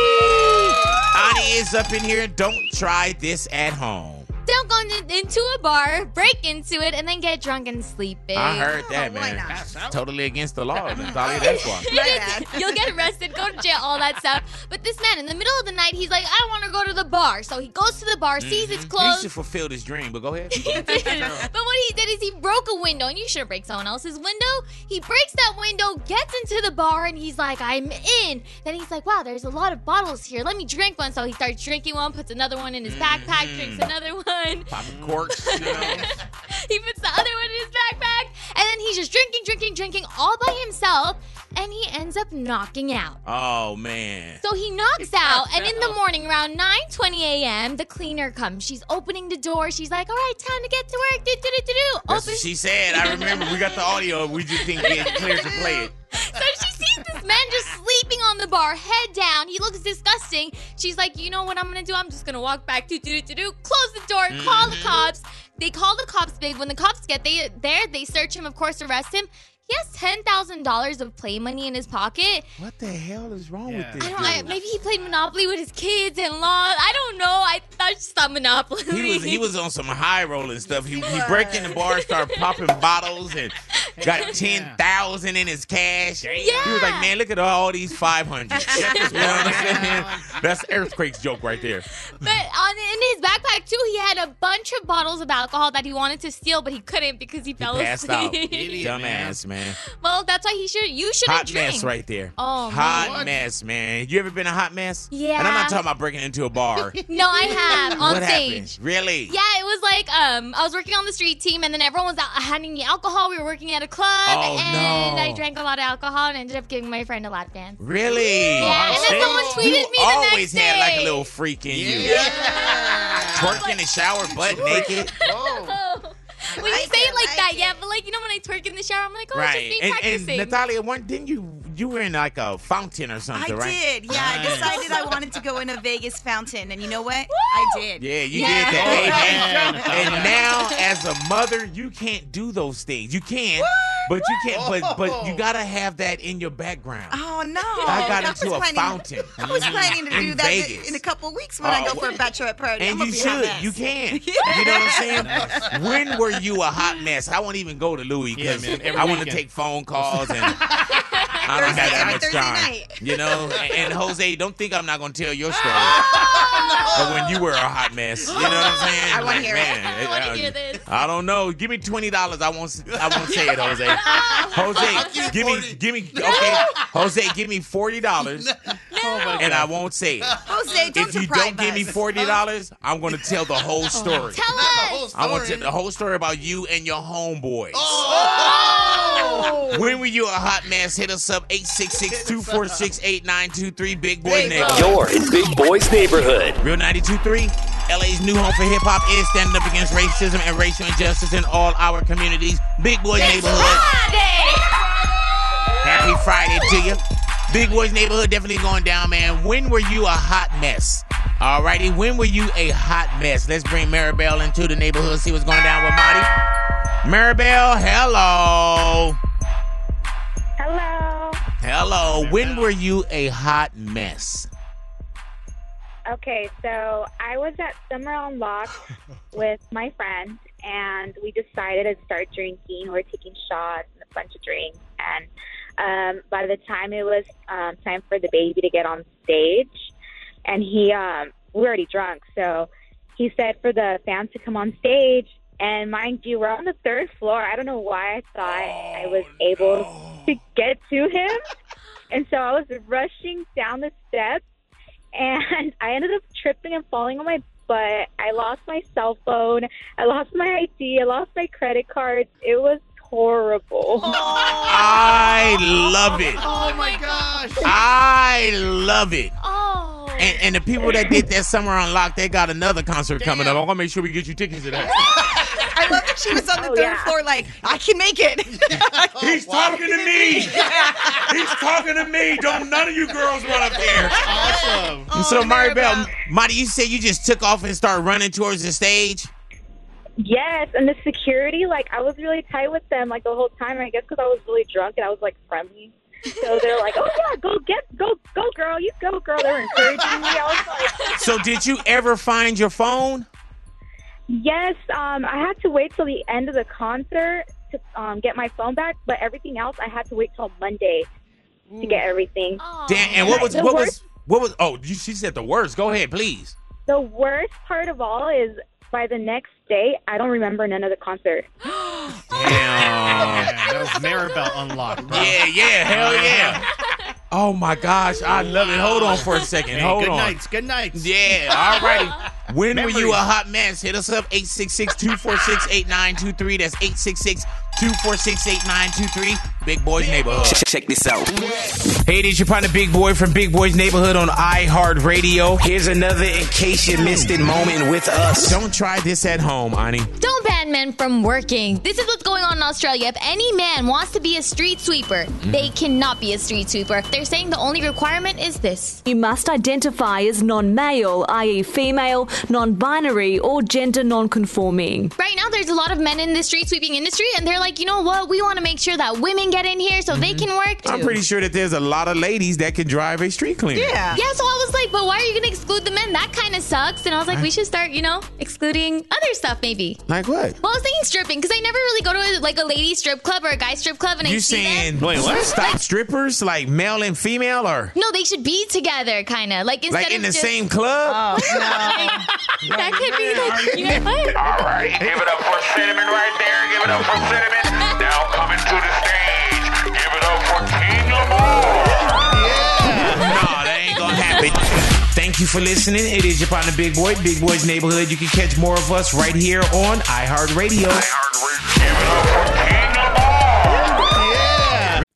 [SPEAKER 2] Ani. Ani is up in here. Don't try this at home.
[SPEAKER 3] Don't go in- into a bar, break into it, and then get drunk and sleep. Babe.
[SPEAKER 2] I heard
[SPEAKER 3] Oh,
[SPEAKER 2] that, man.
[SPEAKER 3] [LAUGHS]
[SPEAKER 2] Totally against the law. That's all it is for.
[SPEAKER 3] You'll get arrested, go to jail, all that stuff. But this man, in the middle of the night, he's like, I want to go to the bar. So he goes to the bar, sees it's
[SPEAKER 2] Mhm. He
[SPEAKER 3] closed.
[SPEAKER 2] should fulfill this dream, but go
[SPEAKER 3] [LAUGHS]
[SPEAKER 2] ahead. [LAUGHS]
[SPEAKER 3] but what he did is he broke a window, and you shouldn't break someone else's window. He breaks that window, gets into the bar, and he's like, I'm in. Then he's like, wow, there's a lot of bottles here. Let me drink one. So he starts drinking one, puts another one in his backpack, drinks another one. [LAUGHS]
[SPEAKER 2] Popping corks. you know.
[SPEAKER 3] he puts the other one in his backpack, and then he's just drinking, drinking, drinking all by himself, and he ends up knocking out.
[SPEAKER 2] Oh, man.
[SPEAKER 3] So he knocks out, and in the morning around 9:20 a.m., the cleaner comes. She's opening the door. She's like, "All right, time to get to work." Do do do do do.
[SPEAKER 2] That's what she said. I remember we got the audio. We just didn't get clear to play it.
[SPEAKER 3] So she sees this man just sleeping on the bar, head down. He looks disgusting. She's like, you know what I'm gonna do? I'm just gonna walk back, do do do do, close the door, call the
[SPEAKER 14] Mhm.
[SPEAKER 3] cops. They call the cops, big. When the cops get they, there, they search him, of course, arrest him. He has ten thousand dollars of play money in his pocket.
[SPEAKER 2] What the hell is wrong
[SPEAKER 3] I
[SPEAKER 2] with this?
[SPEAKER 3] don't. I,
[SPEAKER 2] dude?
[SPEAKER 3] maybe he played Monopoly with his kids and law. I don't know. I thought just thought Monopoly.
[SPEAKER 2] He was he was on some high rolling stuff. He he break in the bar, start popping bottles, and got ten thousand in his cash. He was like, man, look at all these
[SPEAKER 3] [LAUGHS]
[SPEAKER 2] five hundred. you know what I'm saying? That's earthquake's joke right there.
[SPEAKER 3] But on in his backpack too, he had a bunch of bottles of alcohol that he wanted to steal, but he couldn't because he fell [LAUGHS]
[SPEAKER 2] Passed out,
[SPEAKER 3] asleep.
[SPEAKER 2] dumbass man.
[SPEAKER 3] Well, that's why he should. You shouldn't
[SPEAKER 2] Hot
[SPEAKER 3] drink.
[SPEAKER 2] mess right there.
[SPEAKER 3] Oh,
[SPEAKER 2] hot
[SPEAKER 3] man.
[SPEAKER 2] mess, man. You ever been a hot mess?
[SPEAKER 3] Yeah.
[SPEAKER 2] And I'm not talking about breaking into a bar.
[SPEAKER 3] No, I have [LAUGHS] on
[SPEAKER 2] what
[SPEAKER 3] stage.
[SPEAKER 2] happened? Really?
[SPEAKER 3] Yeah, it was like um, I was working on the street team, and then everyone was out handing me alcohol. We were working at a club,
[SPEAKER 2] Oh,
[SPEAKER 3] and
[SPEAKER 2] no.
[SPEAKER 3] I drank a lot of alcohol and ended up giving my friend a lap dance. [LAUGHS]
[SPEAKER 2] Really?
[SPEAKER 3] Yeah, and then someone tweeted
[SPEAKER 2] you
[SPEAKER 3] me the
[SPEAKER 2] always
[SPEAKER 3] next
[SPEAKER 2] had like a
[SPEAKER 3] day.
[SPEAKER 2] little freak in you. Twerk in the shower, butt naked.
[SPEAKER 3] when you say it like that, yeah, but like you know when I twerk in the shower, I'm like, oh, it's just
[SPEAKER 2] right.
[SPEAKER 3] me
[SPEAKER 2] And, and
[SPEAKER 3] practicing.
[SPEAKER 2] Natalia, one didn't you you were in like a fountain or something,
[SPEAKER 5] I
[SPEAKER 2] right?
[SPEAKER 5] did. Yeah, I
[SPEAKER 2] Nice.
[SPEAKER 5] decided I wanted to go in a Vegas fountain, and you know what? I did.
[SPEAKER 2] Yeah, you
[SPEAKER 5] Yeah. [LAUGHS] Oh,
[SPEAKER 2] did that,
[SPEAKER 5] Yeah.
[SPEAKER 2] baby. And now, as a mother, you can't do those things. You can, but you can't. But but you gotta have that in your background.
[SPEAKER 5] Oh no!
[SPEAKER 2] I got into
[SPEAKER 5] was
[SPEAKER 2] a
[SPEAKER 5] planning-
[SPEAKER 2] fountain. Mm-hmm.
[SPEAKER 5] I was planning to
[SPEAKER 2] In
[SPEAKER 5] do that
[SPEAKER 2] Vegas.
[SPEAKER 5] in a couple of weeks when I
[SPEAKER 2] Oh.
[SPEAKER 5] go for a bachelorette party.
[SPEAKER 2] And
[SPEAKER 5] I'm
[SPEAKER 2] you
[SPEAKER 5] gonna be a hot
[SPEAKER 2] should.
[SPEAKER 5] mess. [LAUGHS]
[SPEAKER 2] You can. You know what I'm
[SPEAKER 4] [LAUGHS]
[SPEAKER 2] saying? when were you a hot mess? I won't even go to Louis
[SPEAKER 4] Yeah,
[SPEAKER 2] because
[SPEAKER 4] man, every
[SPEAKER 2] I want to
[SPEAKER 4] weekend.
[SPEAKER 2] take phone calls and I don't have that much time. You know? And, and Jose, don't think I'm not going to tell your
[SPEAKER 5] [LAUGHS]
[SPEAKER 2] story of when you were a hot mess. You know what I'm saying?
[SPEAKER 5] I wanna hear it. I wanna
[SPEAKER 2] uh,
[SPEAKER 5] hear this.
[SPEAKER 2] I don't know. Give me twenty dollars. I won't. s- I won't say
[SPEAKER 5] [LAUGHS]
[SPEAKER 2] it, Jose. Jose, give me, give me. Okay, Jose, give me forty dollars, and I won't say
[SPEAKER 5] [LAUGHS]
[SPEAKER 2] it.
[SPEAKER 5] Jose, don't
[SPEAKER 2] If you
[SPEAKER 5] deprive
[SPEAKER 2] don't give me
[SPEAKER 5] us.
[SPEAKER 2] forty dollars, I'm going to tell the
[SPEAKER 5] [LAUGHS]
[SPEAKER 2] whole story.
[SPEAKER 5] Tell us.
[SPEAKER 2] I want to tell the whole story about you and your homeboys.
[SPEAKER 5] Oh.
[SPEAKER 2] When were you a hot mess? Hit us up 866-246-8923. Big boy neighborhood.
[SPEAKER 1] You're in Big Boy's neighborhood.
[SPEAKER 2] Real 923, LA's new home for hip hop is standing up against racism and racial injustice in all our communities. Big Boy Neighborhood. Happy Friday to you. Big Boy's Neighborhood definitely going down, man. When were you a hot mess? Alrighty, when were you a hot mess? Let's bring Maribel into the neighborhood, see what's going down with Marty. Maribel, hello.
[SPEAKER 10] Hello.
[SPEAKER 2] Hello. When were you a hot mess?
[SPEAKER 14] Okay, so I was at Summer on Lock with my friends, and we decided to start drinking. We were taking shots and a bunch of drinks, and um, by the time it was um, time for the baby to get on stage, and he, um, we were already drunk, so he said for the fans to come on stage. And mind you, we're on the third floor. I don't know why I thought I was able to get to him. and so I was rushing down the steps and [LAUGHS] I ended up tripping and falling on my butt. I lost my cell phone. I lost my ID. I lost my credit cards. It was horrible.
[SPEAKER 2] I love it. Ah,
[SPEAKER 4] Oh my gosh.
[SPEAKER 2] I love it.
[SPEAKER 3] Oh.
[SPEAKER 2] And, and the people that did that summer unlocked, they got another concert coming up. I'm gonna make sure we get you tickets to that.
[SPEAKER 5] I love that she was on the third floor, like I can make
[SPEAKER 2] [LAUGHS]
[SPEAKER 5] it.
[SPEAKER 2] He's talking to me. [LAUGHS] He's talking to me. Don't none of you girls run up there.
[SPEAKER 4] Awesome.
[SPEAKER 2] so Maribel, Marty, you said you just took off and started running towards the stage.
[SPEAKER 14] [LAUGHS] Yes, and the security, like I was really tight with them like the whole time. I guess because I was really drunk and I was like friendly, so they're like, "Oh yeah, go get, go, go, girl, you go, girl." They were encouraging me. I was
[SPEAKER 2] So did you ever find your phone?
[SPEAKER 14] Yes, um, I had to wait till the end of the concert to um, get my phone back, but everything else I had to wait till Monday to get everything.
[SPEAKER 2] Damn. And what was
[SPEAKER 14] The
[SPEAKER 2] what
[SPEAKER 14] worst,
[SPEAKER 2] was what was? Oh, you, she said the worst. Go ahead, please.
[SPEAKER 14] the worst part of all is by the next day I don't remember none of the concert.
[SPEAKER 2] [LAUGHS] Damn.
[SPEAKER 4] that was Maribel unlocked. Uh-huh. Bro.
[SPEAKER 2] Yeah, yeah, hell yeah. Oh my gosh, I love it. Hold on for a second.
[SPEAKER 4] Hey,
[SPEAKER 2] Hold
[SPEAKER 4] good
[SPEAKER 2] on.
[SPEAKER 4] nights. Good nights.
[SPEAKER 2] Yeah, all righty. When were you a
[SPEAKER 4] Memories.
[SPEAKER 2] hot mess? Hit us up 866-246-8923. That's 866-246-8923. Big Boys Neighborhood.
[SPEAKER 1] Check this out.
[SPEAKER 2] Hey, did you find a big boy from Big Boys Neighborhood on iHeartRadio? Here's another in case you missed it moment with us. Don't try this at home, Ani.
[SPEAKER 3] Don't ban men from working. This is what's going on in Australia. If any man wants to be a street sweeper,
[SPEAKER 2] Mm-hmm.
[SPEAKER 3] they cannot be a street sweeper. They're saying the only requirement is this.
[SPEAKER 15] You must identify as non male, i.e., female, non binary, or gender non conforming.
[SPEAKER 3] Right now, there's a lot of men in the street sweeping industry, and they're like, you know what? We want to make sure that women get in here so they can work.
[SPEAKER 2] Mm-hmm. I'm
[SPEAKER 3] too."
[SPEAKER 2] pretty sure that there's a lot of ladies that can drive a street cleaner.
[SPEAKER 3] Yeah, so I was like, but why are you going to exclude the men? That kind of sucks. And I was like, we should start, you know, excluding other stuff maybe.
[SPEAKER 2] Like what?
[SPEAKER 3] Well, I was thinking stripping because I never really go to like a lady strip club or a guy strip club, and I
[SPEAKER 2] You
[SPEAKER 3] see
[SPEAKER 2] saying
[SPEAKER 3] them.
[SPEAKER 2] stop strippers like male and female or
[SPEAKER 3] No, they should be together, kind of like instead
[SPEAKER 2] like in
[SPEAKER 3] of
[SPEAKER 2] the
[SPEAKER 3] just-
[SPEAKER 2] same club?
[SPEAKER 3] [LAUGHS] that could be like you know what?
[SPEAKER 8] All right, give it up for Cinnamon right there. Give it up for Cinnamon. Now coming to the stage. Give it up for King Lamar.
[SPEAKER 2] No, that ain't gonna happen. Thank you for listening. It is your partner, Big Boy, Big Boy's Neighborhood. You can catch more of us right here on iHeartRadio.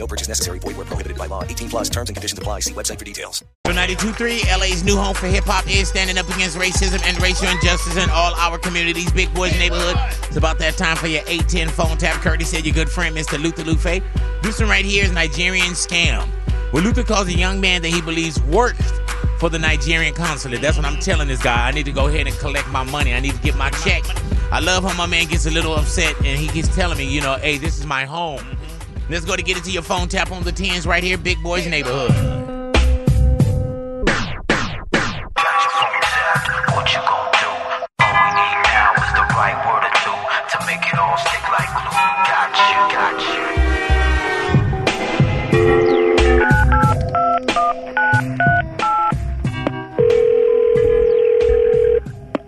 [SPEAKER 16] No purchase necessary. Void where prohibited by law. 18 plus terms and conditions apply. See website for details.
[SPEAKER 2] 92.3, LA's new home for hip hop is standing up against racism and racial injustice in all our communities. Big Boys Neighborhood. It's about that time for your 810 phone tap. Curtis said your good friend, Mr. Luther Lufe. This one right here is Nigerian scam. Where Luther calls a young man that he believes worked for the Nigerian consulate. That's what I'm telling this guy. I need to go ahead and collect my money. I need to get my check. I love how my man gets a little upset and he keeps telling me, you know, hey, this is my home. Let's go to get it to your phone tap on the 10s right here, Big Boys Neighborhood.
[SPEAKER 7] What you gon' do? All we need now is the right word or two to make it all stick like glue. Got you, got you.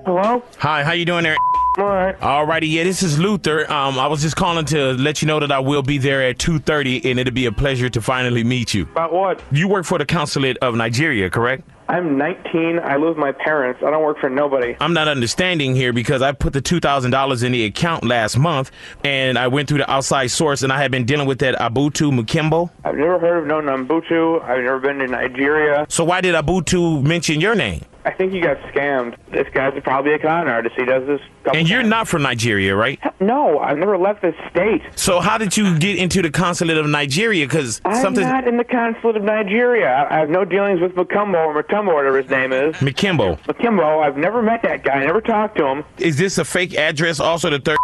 [SPEAKER 2] Hello. Hi, how you doing there? All right. All righty. Yeah, this is Luther. Um, I was just calling to let you know that I will be there at two thirty, and it'll be a pleasure to finally meet you. About what? You work for the Consulate of Nigeria, correct?
[SPEAKER 17] I'm 19. I live with my parents. I don't work for nobody.
[SPEAKER 2] I'm not understanding here because I put the two thousand dollars in the account last month, and I went through the outside source, and I had been dealing with that Abutu Mukimbo.
[SPEAKER 17] I've never heard of no Nambutu. I've never been to Nigeria.
[SPEAKER 2] So why did Abutu mention your name?
[SPEAKER 17] I think he got scammed. This guy's probably a con artist. He does this.
[SPEAKER 2] And you're not from Nigeria, right?
[SPEAKER 17] No, I've never left this state.
[SPEAKER 2] So how did you get into the Consulate of Nigeria? Because
[SPEAKER 17] I'm
[SPEAKER 2] something.
[SPEAKER 17] not in the consulate of Nigeria. I I have no dealings with Macumbo or Matumbo, whatever his name is.
[SPEAKER 2] Mukimbo.
[SPEAKER 17] Macumbo, I've never met that guy. I never talked to him.
[SPEAKER 2] Is this a fake address? Also, the third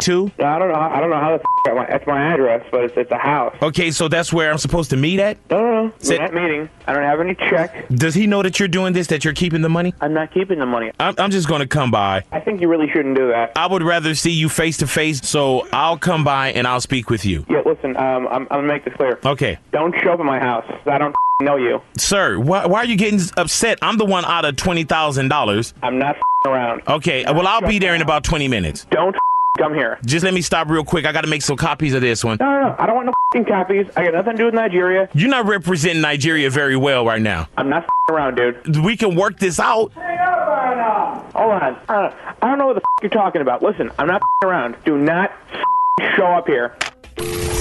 [SPEAKER 2] two.
[SPEAKER 17] I don't know. I don't know how the f- got my, that's my address, but it's, it's a house.
[SPEAKER 2] Okay, so that's where I'm supposed to meet at.
[SPEAKER 17] No, no, no.
[SPEAKER 2] Say-
[SPEAKER 17] We're not meeting. I don't have any check.
[SPEAKER 2] Does he know that you're doing this? That you're keeping the money?
[SPEAKER 17] I'm not keeping the money.
[SPEAKER 2] I'm, I'm just going to come by.
[SPEAKER 17] I think you really shouldn't do that.
[SPEAKER 2] I would rather see you face to face, so I'll come by and I'll speak with you.
[SPEAKER 17] Yeah, listen. Um, I'm, I'm gonna make this clear.
[SPEAKER 2] Okay.
[SPEAKER 17] Don't show up at my house. I don't f- know you.
[SPEAKER 2] Sir, why, why are you getting upset? I'm the one out of twenty thousand dollars.
[SPEAKER 17] I'm not f- around.
[SPEAKER 2] Okay, uh, well I'll be there in about twenty minutes.
[SPEAKER 17] Don't f- come here.
[SPEAKER 2] Just let me stop real quick. I got to make some copies of this one.
[SPEAKER 17] No, no, no. I don't want no f***ing copies. I got nothing to do with Nigeria.
[SPEAKER 2] You're not representing Nigeria very well right now.
[SPEAKER 17] I'm not f***ing around, dude.
[SPEAKER 2] We can work this out.
[SPEAKER 17] Hold on. I don't, I don't know what the f- you're talking about. Listen, I'm not f- around. Do not f- show up here.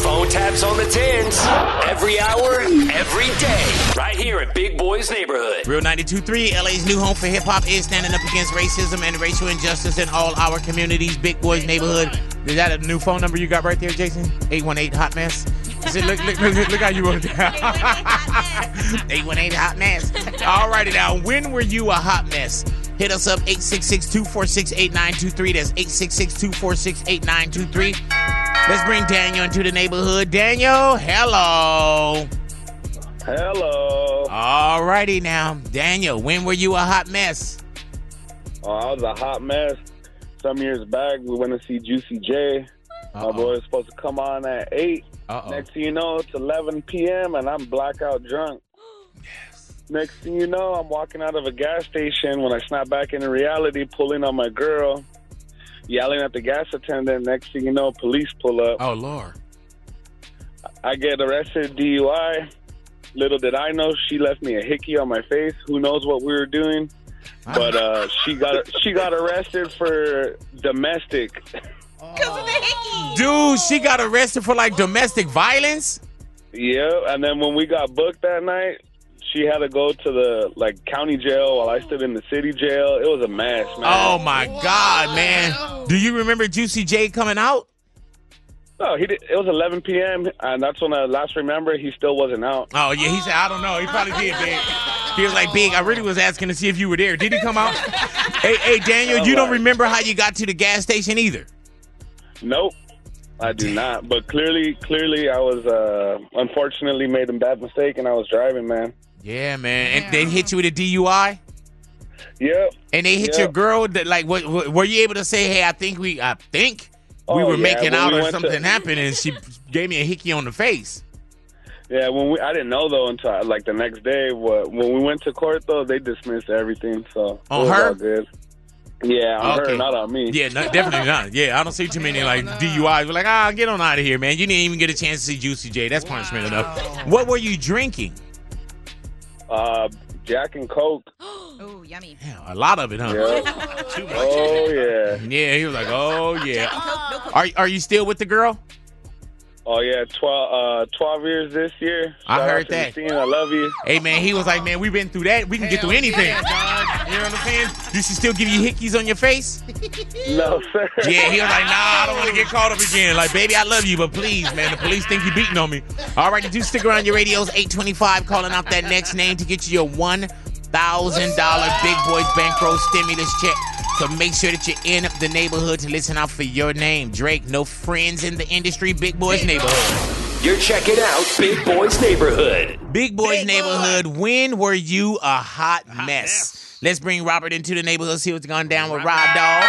[SPEAKER 1] Phone taps on the 10s every hour, every day, right here at Big Boys Neighborhood.
[SPEAKER 2] Real 92.3, LA's new home for hip hop is standing up against racism and racial injustice in all our communities. Big Boys Neighborhood. Is that a new phone number you got right there, Jason? 818 Hot Mess? Is it- look, look, look, look how you wrote it down. 818
[SPEAKER 4] [LAUGHS]
[SPEAKER 2] Hot Mess. All righty now, when were you a hot mess? Hit us up 866 246 8923. That's 866 246 8923. Let's bring Daniel into the neighborhood. Daniel, hello.
[SPEAKER 18] Hello.
[SPEAKER 2] All righty now. Daniel, when were you a hot mess?
[SPEAKER 18] Oh, I was a hot mess. Some years back, we went to see Juicy J. My boy was supposed to come on at 8.
[SPEAKER 2] Uh-oh.
[SPEAKER 18] Next thing you know, it's 11 p.m., and I'm blackout drunk. Next thing you know, I'm walking out of a gas station when I snap back into reality, pulling on my girl, yelling at the gas attendant. Next thing you know, police pull up.
[SPEAKER 2] Oh, Lord.
[SPEAKER 18] I get arrested DUI. Little did I know, she left me a hickey on my face. Who knows what we were doing? But uh, she got she got arrested for domestic.
[SPEAKER 2] Dude, she got arrested for like domestic violence?
[SPEAKER 18] Yeah, and then when we got booked that night, she had to go to the like county jail while I stood in the city jail. It was a mess, man.
[SPEAKER 2] Oh my God, man. Do you remember Juicy J coming out?
[SPEAKER 18] No, Oh, he did, it was 11 p.m. and that's when I last remember he still wasn't out.
[SPEAKER 2] Oh yeah, he said I don't know. He probably did, big. He was like, Big, I really was asking to see if you were there. Did he come out? hey, hey, Daniel, you don't remember how you got to the gas station either.
[SPEAKER 18] Nope. I do not. But clearly, clearly, I was uh, unfortunately made a bad mistake, and I was driving, man.
[SPEAKER 2] Yeah, man. And they hit you with a DUI.
[SPEAKER 18] Yep.
[SPEAKER 2] And they hit
[SPEAKER 18] Yep.
[SPEAKER 2] your girl. That like, what, what- Were you able to say, "Hey, I think we, I think we
[SPEAKER 18] Oh,
[SPEAKER 2] were
[SPEAKER 18] yeah,
[SPEAKER 2] making
[SPEAKER 18] when
[SPEAKER 2] out,
[SPEAKER 18] we
[SPEAKER 2] or
[SPEAKER 18] went to-
[SPEAKER 2] something happened, and she gave me a hickey on the face."
[SPEAKER 18] Yeah, when we I didn't know though until like the next day. What when we went to court though, they dismissed everything. So
[SPEAKER 2] On
[SPEAKER 18] it was
[SPEAKER 2] her?
[SPEAKER 18] all good. Yeah, on
[SPEAKER 2] Okay.
[SPEAKER 18] her, not on me.
[SPEAKER 2] Yeah, no, definitely not. Yeah, I don't see too many like DUIs. We're like, ah, get on out of here, man. You didn't even get a chance to see Juicy J. That's punishment enough. What were you drinking?
[SPEAKER 18] Uh, Jack and Coke.
[SPEAKER 5] oh, yummy.
[SPEAKER 2] A lot of it, huh?
[SPEAKER 18] Yeah. [LAUGHS] Oh yeah.
[SPEAKER 2] Yeah, he was like, oh yeah. Are are you still with the girl?
[SPEAKER 18] Oh yeah. Twelve uh, twelve years this year.
[SPEAKER 2] I
[SPEAKER 18] Shout out
[SPEAKER 2] heard
[SPEAKER 18] to
[SPEAKER 2] that.
[SPEAKER 18] Justine, I love you.
[SPEAKER 2] Hey man, he was like, man, we've been through that. We can get through anything. [LAUGHS] You know what I'm saying? Did she still give you hickeys on your face?
[SPEAKER 18] No, sir.
[SPEAKER 2] Yeah, he was like, nah, I don't want to get caught up again. Like, baby, I love you, but please, man, the police think you beating on me. All right, do stick around. Your radio's 825, calling out that next name to get you your $1,000 Big Boys Bankroll stimulus check. So make sure that you're in the neighborhood to listen out for your name. Drake, no friends in the industry, Big Boys Neighborhood.
[SPEAKER 1] You're checking out Big Boy's Neighborhood.
[SPEAKER 2] Big Boys Neighborhood, when were you a hot, mess? Let's bring Robert into the neighborhood, see what's going down with Rob Dog.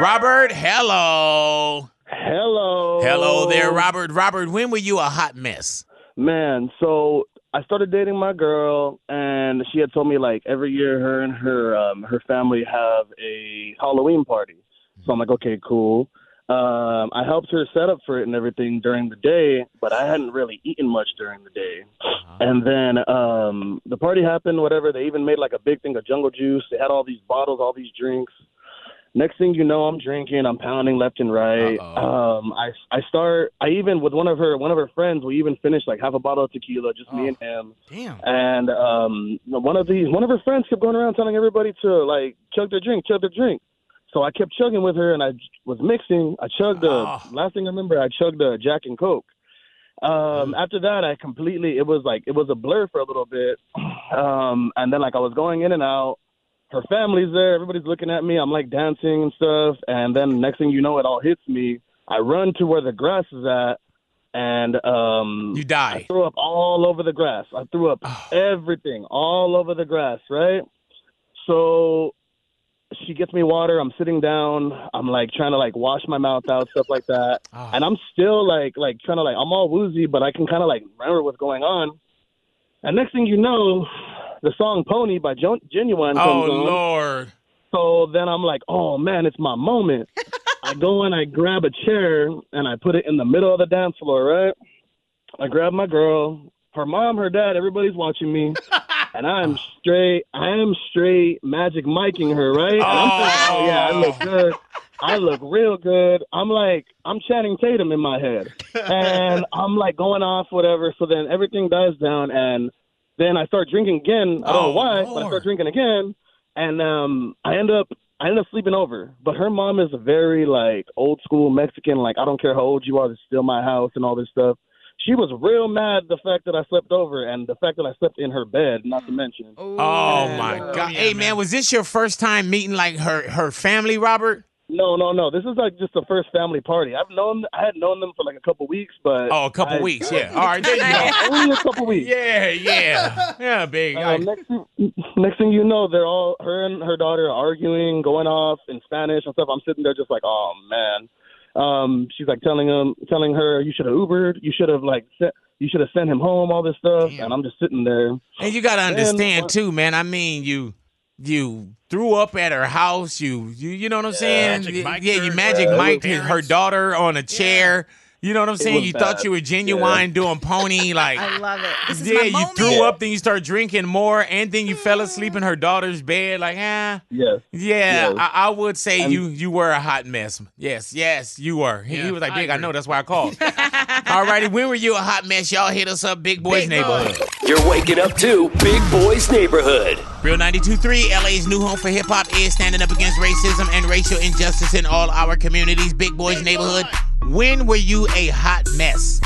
[SPEAKER 2] Robert, hello.
[SPEAKER 19] Hello.
[SPEAKER 2] Hello there, Robert. Robert, when were you a hot mess?
[SPEAKER 19] Man, so I started dating my girl, and she had told me like every year her and her um, her family have a Halloween party. So I'm like, okay, cool. Um, I helped her set up for it and everything during the day, but I hadn't really eaten much during the day. And then um, the party happened, whatever. They even made like a big thing of jungle juice. They had all these bottles, all these drinks. Next thing you know, I'm drinking, I'm pounding left and right. Um, I I start. I even with one of her one of her friends. We even finished like half a bottle of tequila, just me and him.
[SPEAKER 2] Damn.
[SPEAKER 19] And um, one of these one of her friends kept going around telling everybody to like chug their drink, chug their drink. So I kept chugging with her, and I j- was mixing. I chugged. Uh, Last thing I remember, I chugged a Jack and Coke.
[SPEAKER 2] Mm-hmm.
[SPEAKER 19] Um, after that, I completely. It was like it was a blur for a little bit, [CLEARS THROAT] um, and then like I was going in and out. Her family's there. Everybody's looking at me. I'm like dancing and stuff, and then next thing you know, it all hits me. I run to where the grass is at, and um,
[SPEAKER 2] you die. Oh.
[SPEAKER 19] I threw up all over the grass. I threw up everything all over the grass. Right. So she gets me water. I'm sitting down. I'm like trying to like wash my mouth out, stuff like that. And I'm still like like trying to like I'm all woozy, but I can kind of like remember what's going on. And next thing you know, the song "Pony" by jo- Genuine
[SPEAKER 11] Oh,
[SPEAKER 19] comes on.
[SPEAKER 2] Oh, Lord.
[SPEAKER 19] So then I'm like, oh man, it's my moment. I go and I grab a chair and I put it in the middle of the dance floor, right? I grab my girl, her mom, her dad, everybody's watching me. And I'm straight, I am straight magic miking her, right? And I'm thinking, oh, yeah, I look good. I look real good. I'm like, I'm Channing Tatum in my head. And I'm like going off, whatever. So then everything dies down and then I start drinking again. I don't know
[SPEAKER 20] Oh,
[SPEAKER 19] why, but I start drinking again, and um, I end up I end up sleeping over. But her mom is a very like old school Mexican, like I don't care how old you are, it's still my house and all this stuff. She was real mad the fact that I slept over and the fact that I slept in her bed, not to mention.
[SPEAKER 2] Oh my God. Hey man, was this your first time meeting like her her family, Robert?
[SPEAKER 19] No, no, no. This is like just the first family party. I've known I had known them for like a couple weeks, but
[SPEAKER 2] Oh, a couple
[SPEAKER 19] I- [LAUGHS]
[SPEAKER 2] weeks, yeah. All right,
[SPEAKER 4] [LAUGHS]
[SPEAKER 2] there you [LAUGHS]
[SPEAKER 19] go. Only a couple weeks.
[SPEAKER 2] Yeah, yeah, yeah, big.
[SPEAKER 19] Uh, next, thing, next thing you know, they're all her and her daughter are arguing, going off in Spanish and stuff. I'm sitting there just like, oh man. Um, she's like telling him, telling her, you should have Ubered, you should have like, sent, you should have sent him home, all this stuff. And I'm just sitting there.
[SPEAKER 2] And you gotta
[SPEAKER 19] Then
[SPEAKER 2] understand
[SPEAKER 19] what-
[SPEAKER 2] too, man. I mean, you you threw up at her house. You you, you know what I'm saying?
[SPEAKER 4] Magic
[SPEAKER 2] Yeah,
[SPEAKER 4] mic'd
[SPEAKER 2] yeah,
[SPEAKER 4] her.
[SPEAKER 2] you magic
[SPEAKER 4] Yeah.
[SPEAKER 2] mike her, her
[SPEAKER 4] Parents.
[SPEAKER 2] daughter on a chair. You know what I'm
[SPEAKER 4] It
[SPEAKER 2] saying?
[SPEAKER 4] was
[SPEAKER 2] You thought
[SPEAKER 4] bad.
[SPEAKER 2] you were genuine doing pony like.
[SPEAKER 5] I love it. This is
[SPEAKER 2] yeah,
[SPEAKER 5] my
[SPEAKER 2] you
[SPEAKER 5] moment.
[SPEAKER 2] threw up, then you start drinking more, and then you fell asleep
[SPEAKER 5] Mm.
[SPEAKER 2] in her daughter's bed. Like, ah,
[SPEAKER 19] Yes.
[SPEAKER 2] yeah,
[SPEAKER 19] Yes.
[SPEAKER 2] I, I would say
[SPEAKER 19] And-
[SPEAKER 2] you you were a hot mess. Yes, yes, you were. He, he was like, big. I, know that's why
[SPEAKER 4] [LAUGHS]
[SPEAKER 2] I called. All righty, when were you a hot mess? Y'all hit us up, Big Boys Neighborhood.
[SPEAKER 1] You're waking up to Big Boy's Neighborhood.
[SPEAKER 2] Real 92.3, LA's new home for hip hop is standing up against racism and racial injustice in all our communities. Big Boys Neighborhood, when were you a hot mess?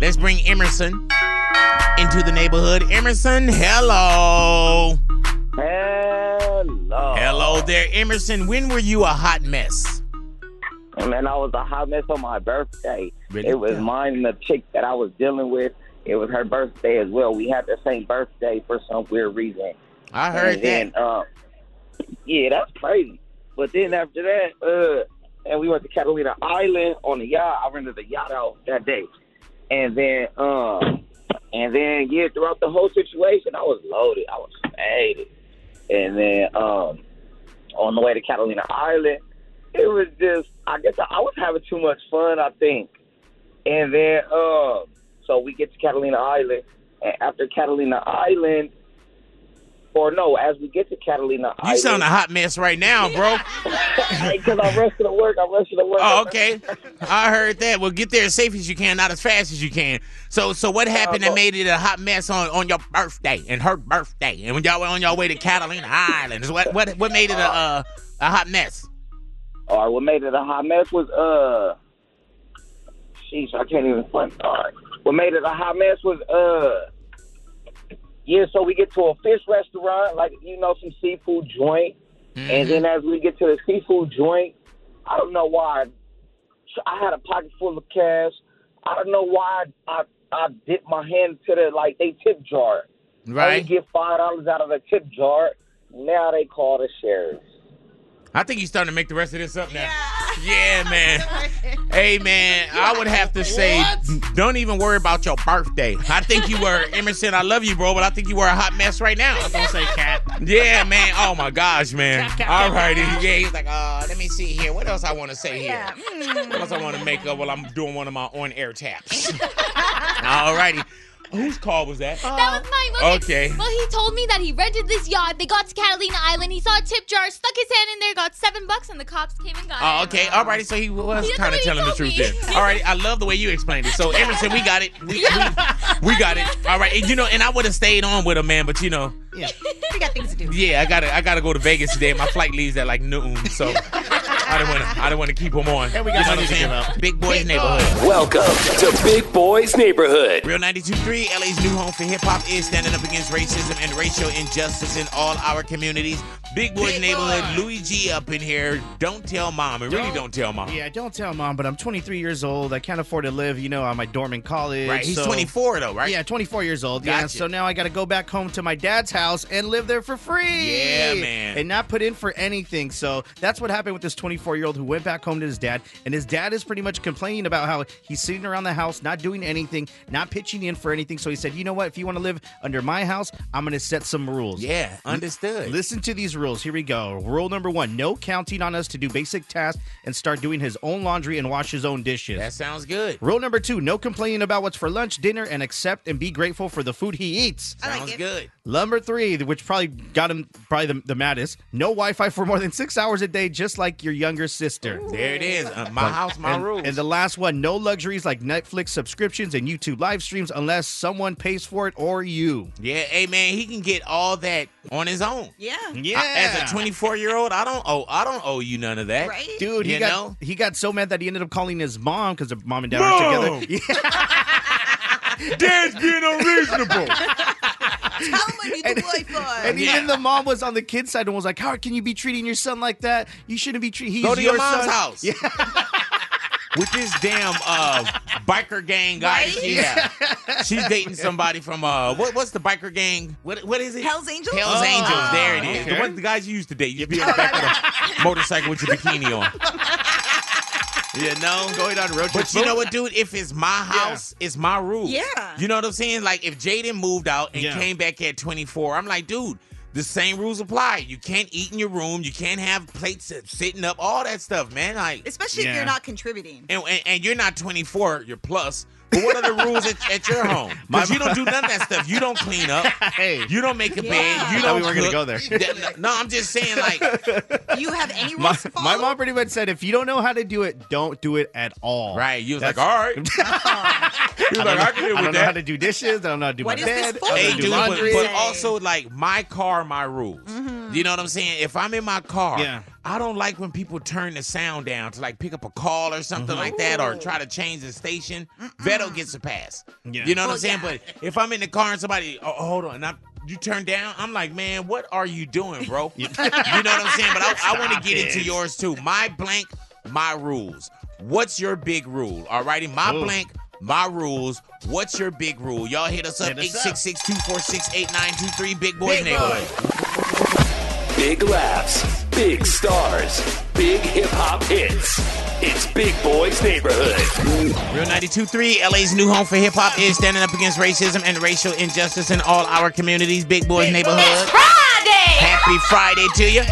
[SPEAKER 2] Let's bring Emerson into the neighborhood. Emerson, hello.
[SPEAKER 21] Hello.
[SPEAKER 2] Hello there, Emerson. When were you a hot mess?
[SPEAKER 20] Oh, Man, I was a hot mess on my birthday.
[SPEAKER 21] Really?
[SPEAKER 20] It was mine and the chick that I was dealing with. It was her birthday as well. We had the same birthday for some weird reason.
[SPEAKER 2] I heard
[SPEAKER 20] and then, uh, yeah, that's crazy. But then after that, uh, and we went to Catalina Island on the yacht. I rented the yacht out that day, and then, um, and then yeah, throughout the whole situation, I was loaded. I was faded. And then um, on the way to Catalina Island, it was just I guess I, I was having too much fun, I think. And then um, so we get to Catalina Island, and after Catalina Island, or no, as we get to Catalina
[SPEAKER 2] You
[SPEAKER 20] Island,
[SPEAKER 2] sound a hot mess right now, bro.
[SPEAKER 20] [LAUGHS] because I'm rushing to work. I'm rushing to work.
[SPEAKER 2] Oh, okay. I heard that. Well, get there as safe as you can, not as fast as you can. So, so what happened that made it a hot mess on, on your birthday and her birthday, and when y'all were on your way to Catalina Island? is What what what made it a uh, a hot mess?
[SPEAKER 20] All right, what made it a hot mess was uh, sheesh, I can't even. All right, what made it a hot mess was uh, yeah. So we get to a fish restaurant, like you know, some seafood joint, and then as we get to the seafood joint, I don't know why I had a pocket full of cash. I don't know why I I dipped my hand to the like they tip jar. I
[SPEAKER 2] Right.
[SPEAKER 20] only get five dollars out of the tip jar. Now they call the sheriff.
[SPEAKER 2] I think you're starting to make the rest of this up now. Yeah, man. hey, man, I would have to say, don't even worry about your birthday. I think you were, Emerson, I love you, bro, but I think you were a hot mess right now. I was going to say cat. Yeah, man. Oh, my gosh, man.
[SPEAKER 7] Cat, cat,
[SPEAKER 2] All
[SPEAKER 7] cat,
[SPEAKER 2] righty.
[SPEAKER 7] cat.
[SPEAKER 2] Yeah, he's like, uh, let me see here. What else I want to say here?
[SPEAKER 3] mm.
[SPEAKER 2] What else I want to make up while I'm doing one of my on-air taps? [LAUGHS] All righty. Whose call was that?
[SPEAKER 3] That was mine. wasn't it?
[SPEAKER 2] Okay.
[SPEAKER 3] Well, he told me that he rented this yacht. They got to Catalina Island. He saw a tip jar, stuck his hand in there, got seven bucks, and the cops came and got
[SPEAKER 2] Oh,
[SPEAKER 3] him.
[SPEAKER 2] okay. All righty. So he was
[SPEAKER 3] He
[SPEAKER 2] kind of
[SPEAKER 3] already
[SPEAKER 2] telling the
[SPEAKER 3] told
[SPEAKER 2] truth
[SPEAKER 3] me.
[SPEAKER 2] then. All righty. I love the way you explained it. So, Emerson, we got it.
[SPEAKER 3] [LAUGHS]
[SPEAKER 2] We, we, we got it. All right. And, you know, and I would have stayed on with him, man, but you know,
[SPEAKER 5] Yeah. we got things to do.
[SPEAKER 2] yeah, I got to I gotta go to Vegas today. My flight leaves at like noon. So, I don't want to I don't want to keep him on.
[SPEAKER 1] And we got
[SPEAKER 2] you know
[SPEAKER 1] money
[SPEAKER 2] what
[SPEAKER 1] to
[SPEAKER 2] I'm
[SPEAKER 1] give
[SPEAKER 2] saying? Big Boys Neighborhood.
[SPEAKER 1] Welcome to Big Boys Neighborhood.
[SPEAKER 2] Real 92.3, LA's new home for hip hop is standing up against racism and racial injustice in all our communities. Big Boys Neighborhood, Louis G up in here. Don't tell mom. And really don't tell mom.
[SPEAKER 4] Yeah, don't tell mom, but I'm 23 years old. I can't afford to live, you know, on my dorm in college.
[SPEAKER 2] Right, he's
[SPEAKER 4] so-
[SPEAKER 2] 24 though, right?
[SPEAKER 4] Yeah, 24 years old. Yeah,
[SPEAKER 2] Gotcha.
[SPEAKER 4] so now I got to go back home to my dad's house and live there for free.
[SPEAKER 2] Yeah, man.
[SPEAKER 4] And not put in for anything. So that's what happened with this 24 year old who went back home to his dad. And his dad is pretty much complaining about how he's sitting around the house, not doing anything, not pitching in for anything. So he said, you know what? If you want to live under my house, I'm going to set some rules.
[SPEAKER 2] Yeah, understood.
[SPEAKER 4] Listen to these rules. Here we go. Rule number one no counting on us to do basic tasks and start doing his own laundry and wash his own dishes.
[SPEAKER 2] That sounds good.
[SPEAKER 4] Rule number two no complaining about what's for lunch, dinner, and accept and be grateful for the food he eats.
[SPEAKER 2] Sounds good.
[SPEAKER 4] Number three, which probably got him probably the, the maddest no Wi Fi for more than six hours a day, just like your younger sister.
[SPEAKER 2] There it is. Uh, my
[SPEAKER 4] Like-
[SPEAKER 2] house, my
[SPEAKER 4] and,
[SPEAKER 2] rules.
[SPEAKER 4] And the last one no luxuries like Netflix subscriptions and YouTube live streams unless someone pays for it or you.
[SPEAKER 2] Yeah, hey man, he can get all that on his own.
[SPEAKER 5] Yeah.
[SPEAKER 4] Yeah.
[SPEAKER 2] I- as a 24 year old, I don't owe I don't owe you none of that. Right?
[SPEAKER 4] Dude, he
[SPEAKER 2] you
[SPEAKER 4] got
[SPEAKER 2] know?
[SPEAKER 4] he got so mad that he ended up calling his mom because their mom and dad were
[SPEAKER 2] Mom!
[SPEAKER 4] together. [LAUGHS]
[SPEAKER 2] Dad's being unreasonable.
[SPEAKER 4] [LAUGHS] And even the mom was on the kid's side and was like, "How can you be treating your son like that? You shouldn't be treating.
[SPEAKER 2] Go to your mom's
[SPEAKER 4] son.
[SPEAKER 2] house.
[SPEAKER 4] Yeah.
[SPEAKER 2] With this damn uh, biker gang guy, that she got. she's dating somebody from uh, what, what's the biker gang? What what is it?
[SPEAKER 5] Hell's Angels.
[SPEAKER 2] Hell's Angels. There it is. The, one, the guys you used to date.
[SPEAKER 5] [LAUGHS]
[SPEAKER 2] You'd be on the back of a motorcycle with your bikini on. You know,
[SPEAKER 4] going on road
[SPEAKER 2] But
[SPEAKER 4] trips.
[SPEAKER 2] you know what, dude? If it's my house, it's my rules.
[SPEAKER 5] Yeah.
[SPEAKER 2] You know what I'm saying? Like if Jaden moved out and
[SPEAKER 4] Yeah.
[SPEAKER 2] came back at 24, I'm like, dude, the same rules apply. You can't eat in your room. You can't have plates of- sitting up. All that stuff, man.
[SPEAKER 5] [LAUGHS]
[SPEAKER 2] Like
[SPEAKER 5] Especially if you're not contributing.
[SPEAKER 2] and, and, and you're not 24. You're plus. But what are the rules at,
[SPEAKER 4] [LAUGHS]
[SPEAKER 2] at your home?
[SPEAKER 4] My-
[SPEAKER 2] Because you don't do none of that stuff. You don't clean up.
[SPEAKER 4] [LAUGHS] Hey.
[SPEAKER 2] You don't make a
[SPEAKER 4] Yeah.
[SPEAKER 2] bed. You
[SPEAKER 4] I thought
[SPEAKER 2] don't.
[SPEAKER 4] we weren't gonna
[SPEAKER 2] cook.
[SPEAKER 4] go there.
[SPEAKER 2] That- no, I'm just saying, like,
[SPEAKER 5] You have any
[SPEAKER 4] My,
[SPEAKER 5] rules?
[SPEAKER 4] my mom pretty much said, "If you don't know how to do it, don't do it at all." Right?
[SPEAKER 2] You was
[SPEAKER 4] That's,
[SPEAKER 2] like, all
[SPEAKER 4] [LAUGHS]
[SPEAKER 2] right. [LAUGHS] You're like, I can deal
[SPEAKER 4] I
[SPEAKER 2] with
[SPEAKER 4] don't know how
[SPEAKER 2] that.
[SPEAKER 4] to do dishes. I don't know how to do my bed. I don't know
[SPEAKER 2] Hey,
[SPEAKER 4] how to
[SPEAKER 2] dude,
[SPEAKER 4] do
[SPEAKER 2] but-
[SPEAKER 4] laundry.
[SPEAKER 2] but, also like my car, my rules.
[SPEAKER 4] Mm-hmm.
[SPEAKER 2] You know what I'm saying? If I'm in my car,
[SPEAKER 4] Yeah.
[SPEAKER 2] I don't like when people turn the sound down to like pick up a call or something
[SPEAKER 4] Mm-hmm.
[SPEAKER 2] like that, or try to change the station. Veto gets a pass.
[SPEAKER 4] Yeah.
[SPEAKER 2] You know what
[SPEAKER 4] Oh,
[SPEAKER 2] I'm saying? But if I'm in the car and somebody, oh, hold on, and I, you turn down, I'm like,
[SPEAKER 4] [LAUGHS]
[SPEAKER 2] man, what are you doing, bro? you know what I'm saying? But I, I want to
[SPEAKER 4] Stop
[SPEAKER 2] get into
[SPEAKER 4] it.
[SPEAKER 2] yours too. My blank my rules. What's your big rule? All righty, my blank, my rules. What's your big rule? Y'all hit us up
[SPEAKER 1] Hit us
[SPEAKER 2] 866 246 8923 Big Boys
[SPEAKER 1] Big
[SPEAKER 2] Neighborhood.
[SPEAKER 1] Big laughs, big stars, big hip hop hits. It's Big Boys Neighborhood.
[SPEAKER 2] Real 92.3, LA's new home for hip hop is standing up against racism and racial injustice in all our communities. Big Boys Neighborhood. Happy Friday to you.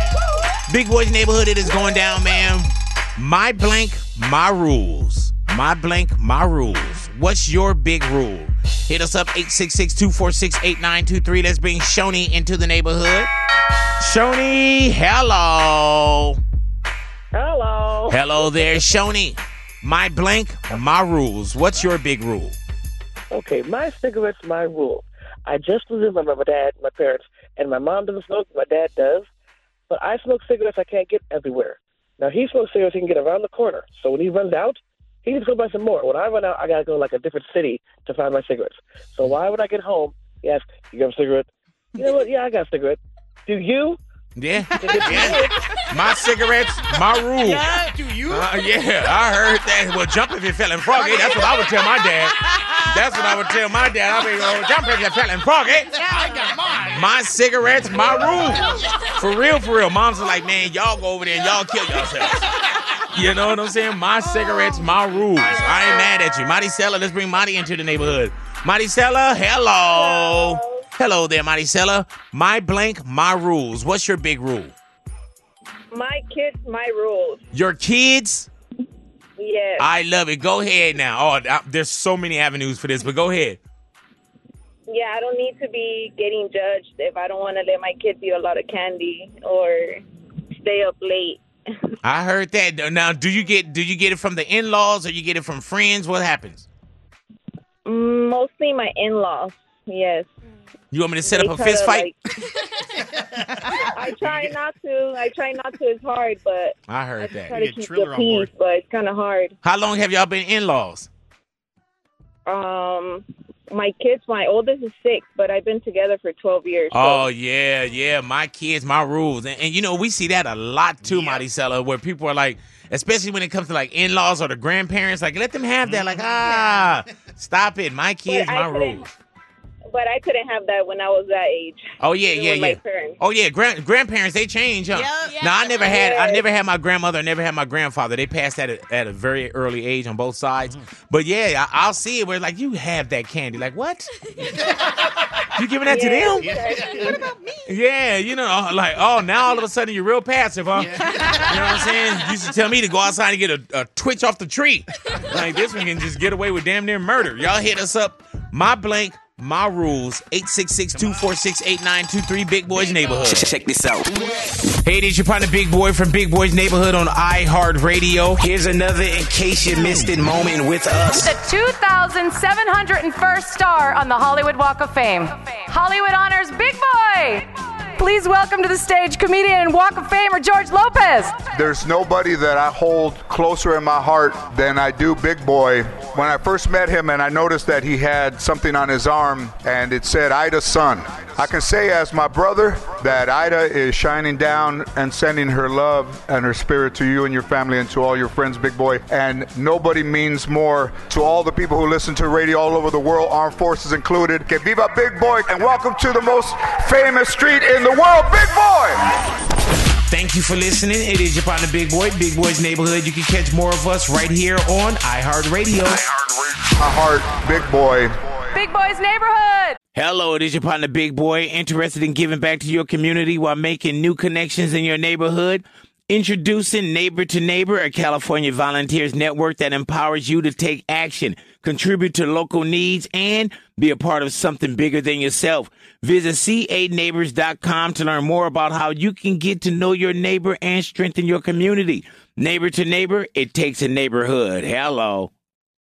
[SPEAKER 2] Big Boys Neighborhood, it is going down, man. My blank, my rules. My blank, my rules. What's your big rule? Hit us up 866 246 8923. That's bring Shoni into the neighborhood. Shoni, hello.
[SPEAKER 10] Hello.
[SPEAKER 2] Hello there, Shoni. My blank, my rules. What's your big rule?
[SPEAKER 9] Okay, my cigarette's my rule. I just live with my my dad, my parents, and my mom doesn't smoke, my dad does. But I smoke cigarettes I can't get everywhere. Now he smokes cigarettes he can get around the corner. So when he runs out, he needs to go buy some more. When I run out, I gotta go like a different city to find my cigarettes. So why would I get home? He asks, "You got a cigarette?" You know what? Yeah, I got a cigarette. Do you? [LAUGHS]
[SPEAKER 2] Yeah. My cigarettes, my rules.
[SPEAKER 9] Yeah,
[SPEAKER 2] do you? Uh, yeah, I [LAUGHS] heard that. Well, jump if you're feeling froggy. That's what I would tell my dad. That's what I would tell my dad. I'd be going, jump if you're feeling froggy.
[SPEAKER 1] I got mine.
[SPEAKER 2] My cigarettes, my rules. For real, for real. Moms are like, man, y'all go over there and y'all kill yourselves. You know what I'm saying? My cigarettes, my rules. I ain't mad at you. Maricela, let's bring Marty into the neighborhood. Maricela, hello. Hello there, Maricela. My blank, my rules. What's your big rule?
[SPEAKER 21] My kids, my rules.
[SPEAKER 2] Your kids?
[SPEAKER 21] Yes.
[SPEAKER 2] I love it. Go ahead now. Oh, I- there's so many avenues for this, but go ahead.
[SPEAKER 21] yeah, I don't need to be getting judged if I don't want to let my kids eat a lot of candy or stay up late.
[SPEAKER 2] I heard that. Now, do you get do you get it from the in-laws or you get it from friends? What happens?
[SPEAKER 21] Mostly my in laws. Yes.
[SPEAKER 2] You want me to set
[SPEAKER 21] They
[SPEAKER 2] up a
[SPEAKER 21] try to,
[SPEAKER 2] fist fight?
[SPEAKER 21] [LAUGHS] I try not to. I try not to. It's hard, but
[SPEAKER 2] I heard
[SPEAKER 21] I
[SPEAKER 2] that.
[SPEAKER 21] try to keep the peace, but it's kind of hard.
[SPEAKER 2] How long have y'all been in-laws?
[SPEAKER 21] Um, my kids, my oldest is six, but I've been together for 12 years. so-
[SPEAKER 2] Oh yeah, yeah. My kids, my rules, and, and you know we see that a lot too, Maricela, where people are like, especially when it comes to like in-laws or the grandparents, like let them have that. Like ah, stop it. My kids,
[SPEAKER 21] I
[SPEAKER 2] my
[SPEAKER 21] couldn't-
[SPEAKER 2] rules.
[SPEAKER 21] But I couldn't have that when I was that age.
[SPEAKER 2] Oh yeah,
[SPEAKER 21] Even
[SPEAKER 2] yeah,
[SPEAKER 21] with my
[SPEAKER 2] yeah.
[SPEAKER 21] parents.
[SPEAKER 2] Oh yeah, grand- grandparents they change, huh?
[SPEAKER 21] Yup.
[SPEAKER 2] Now I never had I
[SPEAKER 21] Yes.
[SPEAKER 2] never had my grandmother, I never had my grandfather. They passed at a, at a very early age on both sides. But yeah, I, I'll see it where like you have that candy, like what? you giving that to them?
[SPEAKER 1] What about
[SPEAKER 2] Yeah, you know, like oh now all of a sudden you're real passive, huh? [LAUGHS] You know what I'm [LAUGHS] saying? You should tell me to go outside and get a, a twitch off the tree. Like this one can just get away with damn near murder. Y'all hit us up. My blank, my rules. 866-246-8923 Big Boys Neighborhood.
[SPEAKER 1] Check this out.
[SPEAKER 2] Hey, this your partner Big Boy from Big Boys Neighborhood on iHeartRadio. Here's another in case you missed it moment with
[SPEAKER 22] The 2,701st star on the Hollywood Walk of Fame. Hollywood honors Big Boy. Please welcome to the stage comedian and Walk of Famer George Lopez.
[SPEAKER 23] There's nobody that I hold closer in my heart than I do Big Boy. When I first met him and I noticed that he had something on his arm and it said Ida's son. I can say as my brother that Ida is shining down and sending her love and her spirit to you and your family and to all your friends, Big Boy. And nobody means more to all the people who listen to radio all over the world, armed forces included. Que viva Big Boy and welcome to the most famous street in the world, Big Boy!
[SPEAKER 2] Thank you for listening. It is your partner Big Boy, Big Boy's Neighborhood. You can catch more of us right here on iHeartRadio.
[SPEAKER 23] My heart, Big Boy.
[SPEAKER 22] Big Boy's Neighborhood.
[SPEAKER 2] Hello, it is your partner Big Boy, interested in giving back to your community while making new connections in your neighborhood. Introducing Neighbor to Neighbor, a California volunteers network that empowers you to take action, contribute to local needs, and be a part of something bigger than yourself. Visit c8neighbors.com to learn more about how you can get to know your neighbor and strengthen your community. Neighbor to neighbor, it takes a neighborhood. Hello.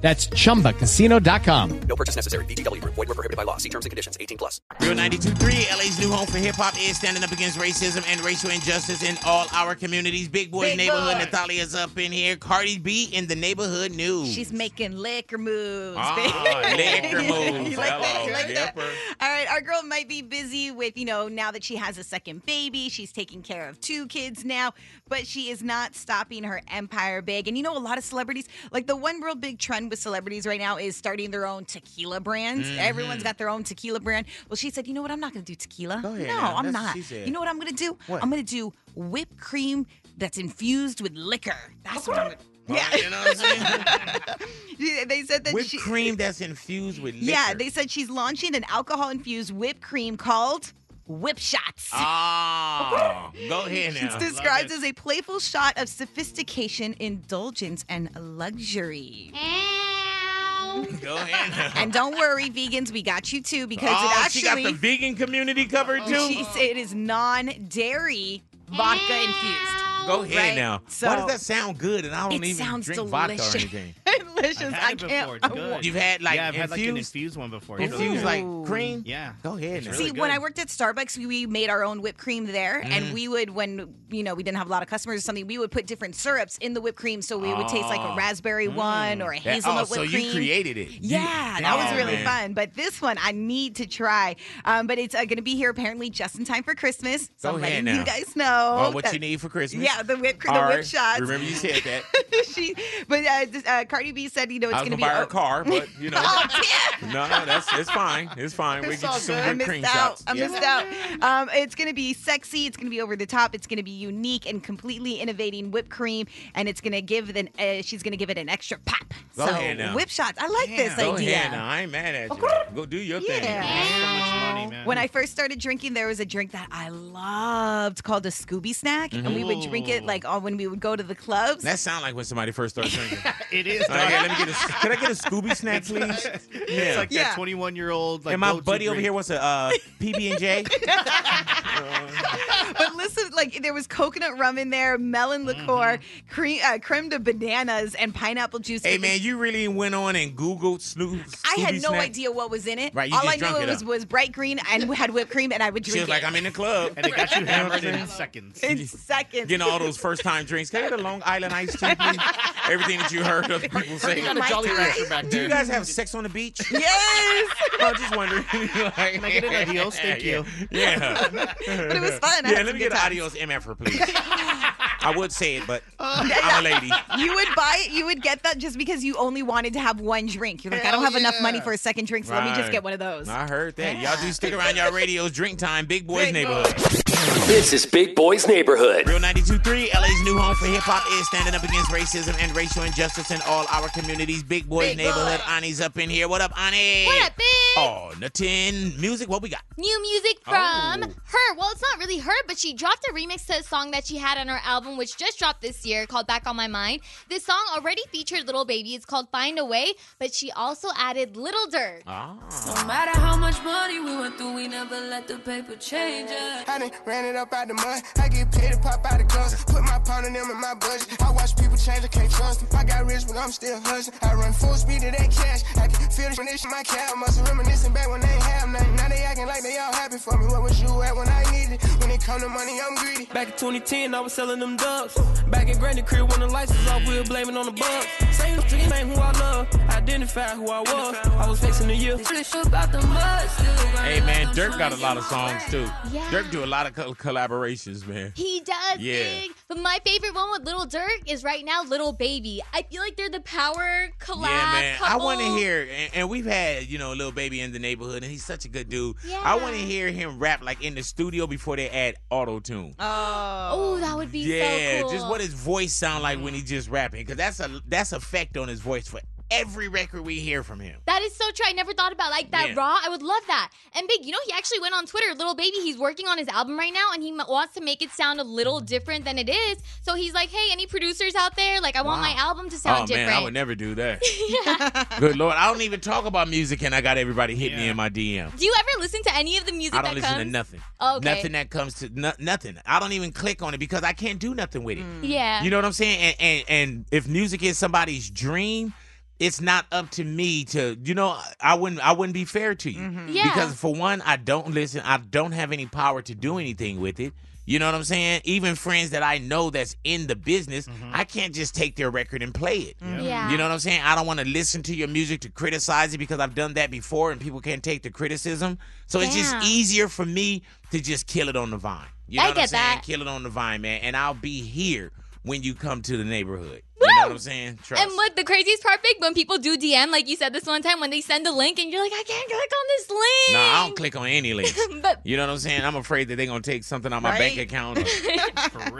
[SPEAKER 24] That's chumbacasino.com.
[SPEAKER 6] No purchase necessary. BGW. Void were prohibited by law. See terms and conditions. 18 plus.
[SPEAKER 2] Real 92.3, LA's new home for hip hop is standing up against racism and racial injustice in all our communities. Big Boys
[SPEAKER 5] Big Boy.
[SPEAKER 2] Neighborhood, Natalia's up in here. Cardi B in the neighborhood news.
[SPEAKER 5] She's making liquor moves.
[SPEAKER 2] Ah,
[SPEAKER 5] baby. [LAUGHS]
[SPEAKER 2] liquor moves.
[SPEAKER 5] You like that?
[SPEAKER 2] Hello,
[SPEAKER 5] You like that?
[SPEAKER 2] yipper.
[SPEAKER 5] All right, our girl might be busy with, you know, now that she has a second baby, she's taking care of two kids now, but she is not stopping her empire big. And you know, a lot of celebrities, like the one real big trend with celebrities right now is starting their own tequila brands.
[SPEAKER 2] Mm-hmm.
[SPEAKER 11] Mhm.
[SPEAKER 5] Everyone's got their own tequila brand. Well, she said, you know what? I'm not going to do tequila.
[SPEAKER 11] ahead
[SPEAKER 5] no,
[SPEAKER 11] now.
[SPEAKER 5] I'm
[SPEAKER 11] That's what
[SPEAKER 5] not.
[SPEAKER 11] she said.
[SPEAKER 5] You know what I'm going to do?
[SPEAKER 11] What?
[SPEAKER 5] I'm going to do whipped cream that's infused with liquor. That's what I'm going to
[SPEAKER 2] Yeah. You know what I'm saying?
[SPEAKER 5] [LAUGHS] yeah, they said that
[SPEAKER 2] Whipped
[SPEAKER 5] she.
[SPEAKER 2] cream that's infused with liquor.
[SPEAKER 5] Yeah, [LAUGHS] they said she's launching an alcohol-infused whipped cream called Whip Shots. [LAUGHS]
[SPEAKER 2] Ah, go ahead now.
[SPEAKER 5] It's described as a playful shot of sophistication, indulgence, and luxury.
[SPEAKER 2] Go ahead. now.
[SPEAKER 5] and don't worry, vegans, we got you too [LAUGHS] because
[SPEAKER 2] oh,
[SPEAKER 5] it actually
[SPEAKER 2] she got the vegan community covered too.
[SPEAKER 5] She said it is non-dairy vodka infused.
[SPEAKER 2] Go ahead
[SPEAKER 5] Right?
[SPEAKER 2] now.
[SPEAKER 5] So-
[SPEAKER 2] Why does that sound good? And I don't
[SPEAKER 5] It
[SPEAKER 2] even
[SPEAKER 5] sounds
[SPEAKER 2] drink vodka or
[SPEAKER 5] delicious.
[SPEAKER 2] anything.
[SPEAKER 5] [LAUGHS] Delicious. I can't.
[SPEAKER 4] Before, it's good.
[SPEAKER 2] You've had, like,
[SPEAKER 4] yeah, I've had like an
[SPEAKER 2] infused-
[SPEAKER 4] infused one before.
[SPEAKER 2] Infused like cream.
[SPEAKER 4] Yeah.
[SPEAKER 2] Go ahead.
[SPEAKER 4] It's
[SPEAKER 2] now.
[SPEAKER 4] really
[SPEAKER 5] See, when I worked at Starbucks, we, we made our own whipped cream there,
[SPEAKER 2] Mhm.
[SPEAKER 5] and we would, when you know we didn't have a lot of customers or something, we would put different syrups in the whipped cream, so we would taste like
[SPEAKER 2] Ah.
[SPEAKER 5] a raspberry one or a
[SPEAKER 2] That-
[SPEAKER 5] hazelnut
[SPEAKER 2] oh, so
[SPEAKER 5] whipped
[SPEAKER 2] you
[SPEAKER 5] cream.
[SPEAKER 2] created it. You-
[SPEAKER 5] Yeah, that was
[SPEAKER 2] Oh,
[SPEAKER 5] really
[SPEAKER 2] man.
[SPEAKER 5] fun. But this one I need to try. Um, but it's uh, going to be here apparently just in time for Christmas. So
[SPEAKER 2] Go
[SPEAKER 5] I'm letting
[SPEAKER 2] ahead now.
[SPEAKER 5] you guys know.
[SPEAKER 2] Oh, what
[SPEAKER 5] that-
[SPEAKER 2] you need for Christmas?
[SPEAKER 5] Yeah, the whipped, the
[SPEAKER 2] All
[SPEAKER 5] whip
[SPEAKER 2] right.
[SPEAKER 5] shots.
[SPEAKER 2] Remember you said that.
[SPEAKER 5] [LAUGHS] she, but uh, this- uh, Cardi B said, you know, it's
[SPEAKER 2] I was
[SPEAKER 5] going to
[SPEAKER 2] gonna
[SPEAKER 5] be
[SPEAKER 2] buy her
[SPEAKER 5] oh-
[SPEAKER 2] a car, but
[SPEAKER 5] [LAUGHS]
[SPEAKER 2] you know. no, that's it's fine. It's fine. We
[SPEAKER 5] It's
[SPEAKER 2] get
[SPEAKER 5] all
[SPEAKER 2] you some
[SPEAKER 5] good. I
[SPEAKER 2] whipped
[SPEAKER 5] missed
[SPEAKER 2] cream
[SPEAKER 5] out.
[SPEAKER 2] shots.
[SPEAKER 5] I
[SPEAKER 2] Yeah.
[SPEAKER 5] missed out. Um, it's going to be sexy. It's going to be over the top. It's going to be unique and completely innovating whipped cream, and it's going to give an. Uh, she's going to give it an extra pop.
[SPEAKER 2] Go
[SPEAKER 5] so
[SPEAKER 2] ahead now.
[SPEAKER 5] whip shots. I like this
[SPEAKER 2] Go
[SPEAKER 5] idea.
[SPEAKER 2] ahead now. I ain't mad at you. Go do your thing.
[SPEAKER 5] When I first started drinking, there was a drink that I loved called a Scooby Snack, and we would drink it like all when we would go to the clubs.
[SPEAKER 2] That sound like when somebody first starts
[SPEAKER 5] [LAUGHS]
[SPEAKER 2] drinking.
[SPEAKER 4] It is.
[SPEAKER 2] [LAUGHS] All right,
[SPEAKER 4] dog.
[SPEAKER 2] let me get a. Can I get
[SPEAKER 4] [LAUGHS]
[SPEAKER 2] a Scooby snack, please?
[SPEAKER 4] It's like
[SPEAKER 2] Yeah.
[SPEAKER 4] that 21 year old. Like,
[SPEAKER 2] and my
[SPEAKER 4] go-to
[SPEAKER 2] buddy over
[SPEAKER 4] drink.
[SPEAKER 2] here wants a
[SPEAKER 5] [LAUGHS]
[SPEAKER 2] uh, PB and J.
[SPEAKER 5] but listen, like there was coconut rum in there, melon
[SPEAKER 2] Mm-hmm.
[SPEAKER 5] liqueur, cream, uh, creme de bananas, and pineapple juice.
[SPEAKER 2] Hey
[SPEAKER 5] It was
[SPEAKER 2] man, you really went on and Googled Snoop.
[SPEAKER 5] I had
[SPEAKER 2] Scooby
[SPEAKER 5] no
[SPEAKER 2] snack?
[SPEAKER 5] idea what was in it.
[SPEAKER 2] Right, you
[SPEAKER 5] All
[SPEAKER 2] just
[SPEAKER 5] I knew
[SPEAKER 2] drunk
[SPEAKER 5] it
[SPEAKER 2] it
[SPEAKER 5] was,
[SPEAKER 2] up.
[SPEAKER 5] was bright green and
[SPEAKER 2] [LAUGHS]
[SPEAKER 5] we had whipped cream, and I would
[SPEAKER 2] She
[SPEAKER 5] drink
[SPEAKER 2] was like,
[SPEAKER 5] it
[SPEAKER 2] I'm in the club.
[SPEAKER 4] And
[SPEAKER 5] [LAUGHS]
[SPEAKER 4] it got you hammered in seconds.
[SPEAKER 5] in seconds. [LAUGHS]
[SPEAKER 2] Getting all those first time drinks. Can I get a Long Island iced tea, please? Everything that you heard other people say.
[SPEAKER 5] got a My Jolly Rancher time. back
[SPEAKER 2] Do you
[SPEAKER 5] there.
[SPEAKER 2] guys have sex on the beach?
[SPEAKER 5] [LAUGHS] Yes.
[SPEAKER 2] I'm just wondering. [LAUGHS] like,
[SPEAKER 4] Can I
[SPEAKER 2] [LAUGHS]
[SPEAKER 4] get an adios? Thank you.
[SPEAKER 5] [LAUGHS]
[SPEAKER 2] Yeah.
[SPEAKER 5] But it was fun. I
[SPEAKER 2] Yeah,
[SPEAKER 5] had some
[SPEAKER 2] let me
[SPEAKER 5] good
[SPEAKER 2] get an
[SPEAKER 5] times.
[SPEAKER 2] adios
[SPEAKER 5] [LAUGHS]
[SPEAKER 2] MF, please. I would say it, but
[SPEAKER 5] Yeah,
[SPEAKER 2] [LAUGHS] I'm a lady.
[SPEAKER 5] You would buy it. You would get that just because you only wanted to have one drink. You're like, I
[SPEAKER 11] Hell
[SPEAKER 5] don't have enough
[SPEAKER 11] yeah.
[SPEAKER 5] money for a second drink, so let me just
[SPEAKER 2] Right.
[SPEAKER 5] get one of those.
[SPEAKER 2] I heard that. Y'all do stick around y'all radios. Drink time, Big Boys Neighborhood.
[SPEAKER 1] This is Big Boys Neighborhood.
[SPEAKER 2] Real 92.3, LA's new home for hip hop is standing up against racism and racial injustice in all our communities. Big Boys
[SPEAKER 3] Big
[SPEAKER 2] Neighborhood.
[SPEAKER 3] boy.
[SPEAKER 2] Ani's up in here. What up, Ani?
[SPEAKER 3] What up, bitch?
[SPEAKER 2] Oh, nothing. Music, what we got?
[SPEAKER 3] New music from
[SPEAKER 2] Oh.
[SPEAKER 3] her. Well, it's not really her, but she dropped a remix to a song that she had on her album, which just dropped this year called Back on My Mind. This song already featured Little Baby. It's called Find a Way, but she also added Little Dirk.
[SPEAKER 12] No matter how much money we went through, we never let the paper change us. I done ran it up out the mud. I get paid to pop out the guns. Put my pound in them in my budget. I watch people change, I can't trust them. I got rich, but I'm still hustling. I run full speed to that cash. I can feel the finish my cab. Must have reminiscing back when they ain't have nothing. Now they acting like they all happy for me. Where was you at when I needed? When it come to money, I'm greedy. Back in 2010, I was selling them dubs. Back in Granny Crib, when the lights was off, we were blaming on the bugs. Same thing, ain't who I love. Identify who I was. I was facing the year.
[SPEAKER 2] Hey, man, Dirk got a lot of songs, too.
[SPEAKER 3] Yeah.
[SPEAKER 2] Dirk do a lot of co- collaborations, man.
[SPEAKER 3] He does
[SPEAKER 2] Yeah.
[SPEAKER 3] big. But my favorite one with Little Dirk is right now Little Baby. I feel like they're the power collab.
[SPEAKER 2] yeah, man. I
[SPEAKER 3] couple.
[SPEAKER 2] want to hear, and, and we've had, you know, little baby in the neighborhood, and he's such a good dude. I want to hear him rap like in the studio before they add auto tune.
[SPEAKER 3] Oh, that would be
[SPEAKER 2] yeah,
[SPEAKER 3] so cool. Mm.
[SPEAKER 2] just what his voice sound like when he just rapping, because that's a that's effect on his voice for every record we hear from him.
[SPEAKER 3] That is so true. I never thought about like that
[SPEAKER 2] Yeah.
[SPEAKER 3] raw. I would love that. And big, you know, he actually went on Twitter. Little baby, he's working on his album right now, and he m- wants to make it sound a little different than it is. So he's like, "Hey, any producers out there? Like, I want
[SPEAKER 2] Wow.
[SPEAKER 3] my album to sound
[SPEAKER 2] oh
[SPEAKER 3] different."
[SPEAKER 2] man, I would never do that.
[SPEAKER 3] [LAUGHS] Yeah.
[SPEAKER 2] good lord, I don't even talk about music, and I got everybody hitting me in my DM.
[SPEAKER 3] Do you ever listen to any of the music
[SPEAKER 2] I
[SPEAKER 3] that
[SPEAKER 2] don't listen
[SPEAKER 3] comes?
[SPEAKER 2] to nothing.
[SPEAKER 3] Okay.
[SPEAKER 2] Nothing that comes to no, nothing. I don't even click on it because I
[SPEAKER 3] Mm.
[SPEAKER 2] can't do nothing with it.
[SPEAKER 3] Yeah.
[SPEAKER 2] You know what I'm saying? And, and and if music is somebody's dream, it's not up to me to you know i wouldn't i wouldn't be fair to you
[SPEAKER 3] Yeah.
[SPEAKER 2] because for one i don't listen i don't have any power to do anything with it you know what i'm saying even friends that i know that's in the business i can't just take their record and play it
[SPEAKER 3] Mhm. Yeah.
[SPEAKER 2] you know what i'm saying i don't want to listen to your music to criticize it because i've done that before and people can't take the criticism so it's
[SPEAKER 3] Yeah.
[SPEAKER 2] just easier for me to just kill it on the vine you know
[SPEAKER 3] I
[SPEAKER 2] what i'm
[SPEAKER 3] get
[SPEAKER 2] saying
[SPEAKER 3] that.
[SPEAKER 2] kill it on the vine man and i'll be here when you come to the neighborhood you know what i'm saying Trust.
[SPEAKER 3] And what the craziest part, big, when people do DM, like you said this one time, when they send a link and you're like, I can't click on this link.
[SPEAKER 2] No, I don't click on any links.
[SPEAKER 3] [LAUGHS] But-
[SPEAKER 2] you know what I'm saying? I'm afraid that they're gonna take something out my bank
[SPEAKER 3] Right? [LAUGHS]
[SPEAKER 2] account, or,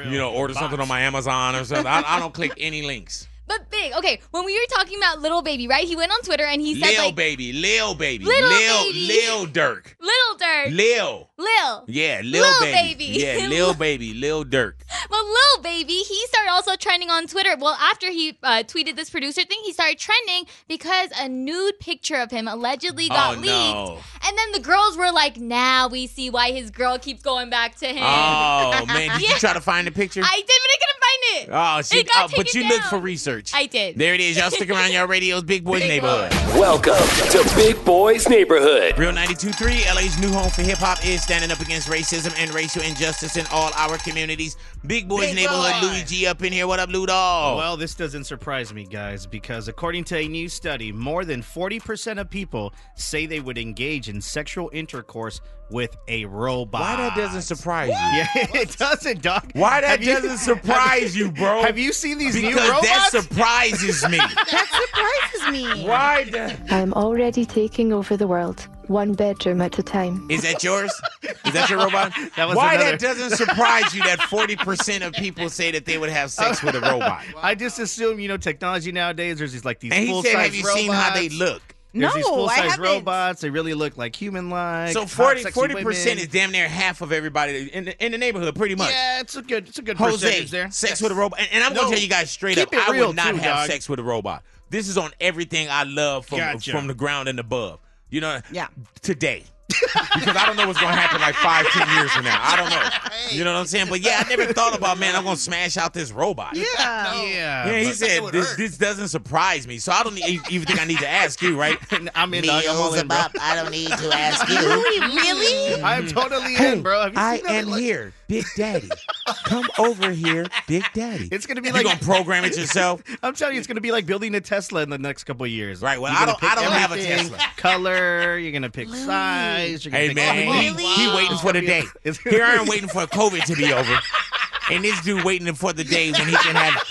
[SPEAKER 2] you know, order something on my Amazon or something. I, I don't click any links.
[SPEAKER 3] But big, okay, when we were talking about little baby, right? He went on Twitter and [LAUGHS] he said
[SPEAKER 2] Lil
[SPEAKER 3] like
[SPEAKER 2] baby, Lil baby,
[SPEAKER 3] Little
[SPEAKER 2] Lil
[SPEAKER 3] baby.
[SPEAKER 2] Lil Dirk,
[SPEAKER 3] little dirt,
[SPEAKER 2] Lil,
[SPEAKER 3] Lil.
[SPEAKER 2] yeah, Lil,
[SPEAKER 3] Lil
[SPEAKER 2] baby.
[SPEAKER 3] baby. [LAUGHS]
[SPEAKER 2] yeah, Lil baby, Lil Dirk.
[SPEAKER 3] Well, Lil Baby, he started also trending on Twitter. Well, after he uh, tweeted this producer thing, he started trending because a nude picture of him allegedly got
[SPEAKER 2] oh
[SPEAKER 3] leaked.
[SPEAKER 2] no!
[SPEAKER 3] And then the girls were like, now we see why his girl keeps going back to him. [LAUGHS]
[SPEAKER 2] Oh man, did
[SPEAKER 3] Yeah.
[SPEAKER 2] you try to find the picture?
[SPEAKER 3] I did, but I couldn't find it.
[SPEAKER 2] oh, she,
[SPEAKER 3] It got
[SPEAKER 2] oh, but
[SPEAKER 3] taken
[SPEAKER 2] you looked
[SPEAKER 3] down.
[SPEAKER 2] for research.
[SPEAKER 3] I did.
[SPEAKER 2] There it is. Y'all stick around y'all radios, Big Boys Neighborhood.
[SPEAKER 1] Welcome to Big Boys Neighborhood.
[SPEAKER 2] Real 92.3, LA's new home for hip hop is standing up against racism and racial injustice in all our communities. Big Boys
[SPEAKER 4] Big
[SPEAKER 2] Neighborhood,
[SPEAKER 4] boy.
[SPEAKER 2] Louis G [LAUGHS] up in here. What up, Ludo?
[SPEAKER 4] Well, this doesn't surprise me, guys, because according to a new study, more than 40% of people say they would engage in sexual intercourse with a robot.
[SPEAKER 2] Why that doesn't surprise you?
[SPEAKER 4] Yeah, [LAUGHS] it doesn't, dog.
[SPEAKER 2] Why
[SPEAKER 4] Have
[SPEAKER 2] that
[SPEAKER 4] you-
[SPEAKER 2] doesn't surprise you, bro?
[SPEAKER 4] Have you seen these
[SPEAKER 2] because
[SPEAKER 4] new robots?
[SPEAKER 2] that surprises me.
[SPEAKER 5] that surprises me.
[SPEAKER 2] Why the-
[SPEAKER 8] I'm already taking over the world, one bedroom at a time.
[SPEAKER 2] Is that yours? Is that your robot?
[SPEAKER 4] [LAUGHS] That was
[SPEAKER 2] Why
[SPEAKER 4] another-
[SPEAKER 2] that doesn't surprise you that 40% of people say that they would
[SPEAKER 4] [LAUGHS]
[SPEAKER 2] have sex with a robot?
[SPEAKER 4] I just assume, you know, technology nowadays, there's these like these
[SPEAKER 2] And he
[SPEAKER 4] full
[SPEAKER 2] said,
[SPEAKER 4] size
[SPEAKER 2] have you seen how they look?
[SPEAKER 4] There's these
[SPEAKER 2] No, I
[SPEAKER 4] full size
[SPEAKER 2] haven't.
[SPEAKER 4] robots. They really look like human [LAUGHS] like.
[SPEAKER 2] So 40 percent is damn near half of everybody in the, in the neighborhood, pretty much.
[SPEAKER 4] Yeah, it's a good, it's a good
[SPEAKER 2] Jose,
[SPEAKER 4] percentage there.
[SPEAKER 2] sex with a robot, and, and I'm
[SPEAKER 4] No,
[SPEAKER 2] gonna tell you guys straight
[SPEAKER 4] keep
[SPEAKER 2] up,
[SPEAKER 4] it
[SPEAKER 2] I
[SPEAKER 4] real
[SPEAKER 2] would not
[SPEAKER 4] too,
[SPEAKER 2] have
[SPEAKER 4] dog. [LAUGHS]
[SPEAKER 2] sex with a robot. This is on everything I love from
[SPEAKER 4] Gotcha.
[SPEAKER 2] from the ground and above. You know, yeah. Today, because I don't know what's gonna happen like five, ten years from now. I don't know. You know what I'm saying? But yeah, I never thought about man. I'm gonna smash out this robot.
[SPEAKER 4] Yeah. Yeah.
[SPEAKER 2] Yeah, he said this, this doesn't surprise me, so I don't e- even think I need to ask you,
[SPEAKER 4] [LAUGHS]
[SPEAKER 2] right?
[SPEAKER 4] I'm in,
[SPEAKER 2] Me,
[SPEAKER 4] dog. I'm all in, bro.
[SPEAKER 2] Beelzebub, I don't need to ask you.
[SPEAKER 5] really?
[SPEAKER 4] I'm totally
[SPEAKER 2] Hey,
[SPEAKER 4] in, bro. Have you
[SPEAKER 2] I
[SPEAKER 4] seen that?
[SPEAKER 2] am here, Big Daddy. Come over here, Big Daddy.
[SPEAKER 4] It's gonna be
[SPEAKER 2] You
[SPEAKER 4] like
[SPEAKER 2] gonna program it yourself?
[SPEAKER 4] [LAUGHS] I'm telling you, it's gonna be like building a Tesla in the next couple of years. Right.
[SPEAKER 2] well, I don't- I don't have a Tesla.
[SPEAKER 4] [LAUGHS] Color. You're gonna pick size. You're gonna
[SPEAKER 2] Hey
[SPEAKER 4] pick
[SPEAKER 2] man, he,
[SPEAKER 4] quality.
[SPEAKER 2] he waiting for the day.
[SPEAKER 4] It's gonna
[SPEAKER 2] Here I am
[SPEAKER 4] be-
[SPEAKER 2] waiting for COVID to be over, and this dude waiting for the day when he can have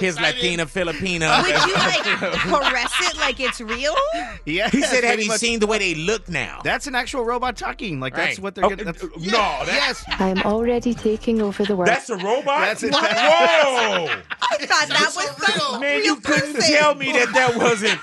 [SPEAKER 2] his Latina Filipina.
[SPEAKER 5] Would
[SPEAKER 2] [LAUGHS]
[SPEAKER 5] you like caress it like it's real?
[SPEAKER 4] [LAUGHS] Yeah.
[SPEAKER 2] He said, "Have
[SPEAKER 4] pretty
[SPEAKER 2] you
[SPEAKER 4] much-
[SPEAKER 2] seen the way they look now?"
[SPEAKER 4] That's an actual robot talking. Like that's
[SPEAKER 2] Right.
[SPEAKER 4] what they're.
[SPEAKER 2] Oh,
[SPEAKER 4] gonna, that's,
[SPEAKER 2] uh,
[SPEAKER 4] Yeah,
[SPEAKER 2] no,
[SPEAKER 4] Yes.
[SPEAKER 8] I'm already taking over the world.
[SPEAKER 2] That's a robot.
[SPEAKER 4] That's it. [LAUGHS]
[SPEAKER 2] Whoa!
[SPEAKER 5] I thought that was some
[SPEAKER 2] Man,
[SPEAKER 5] real
[SPEAKER 2] you couldn't
[SPEAKER 5] person.
[SPEAKER 2] tell me that that wasn't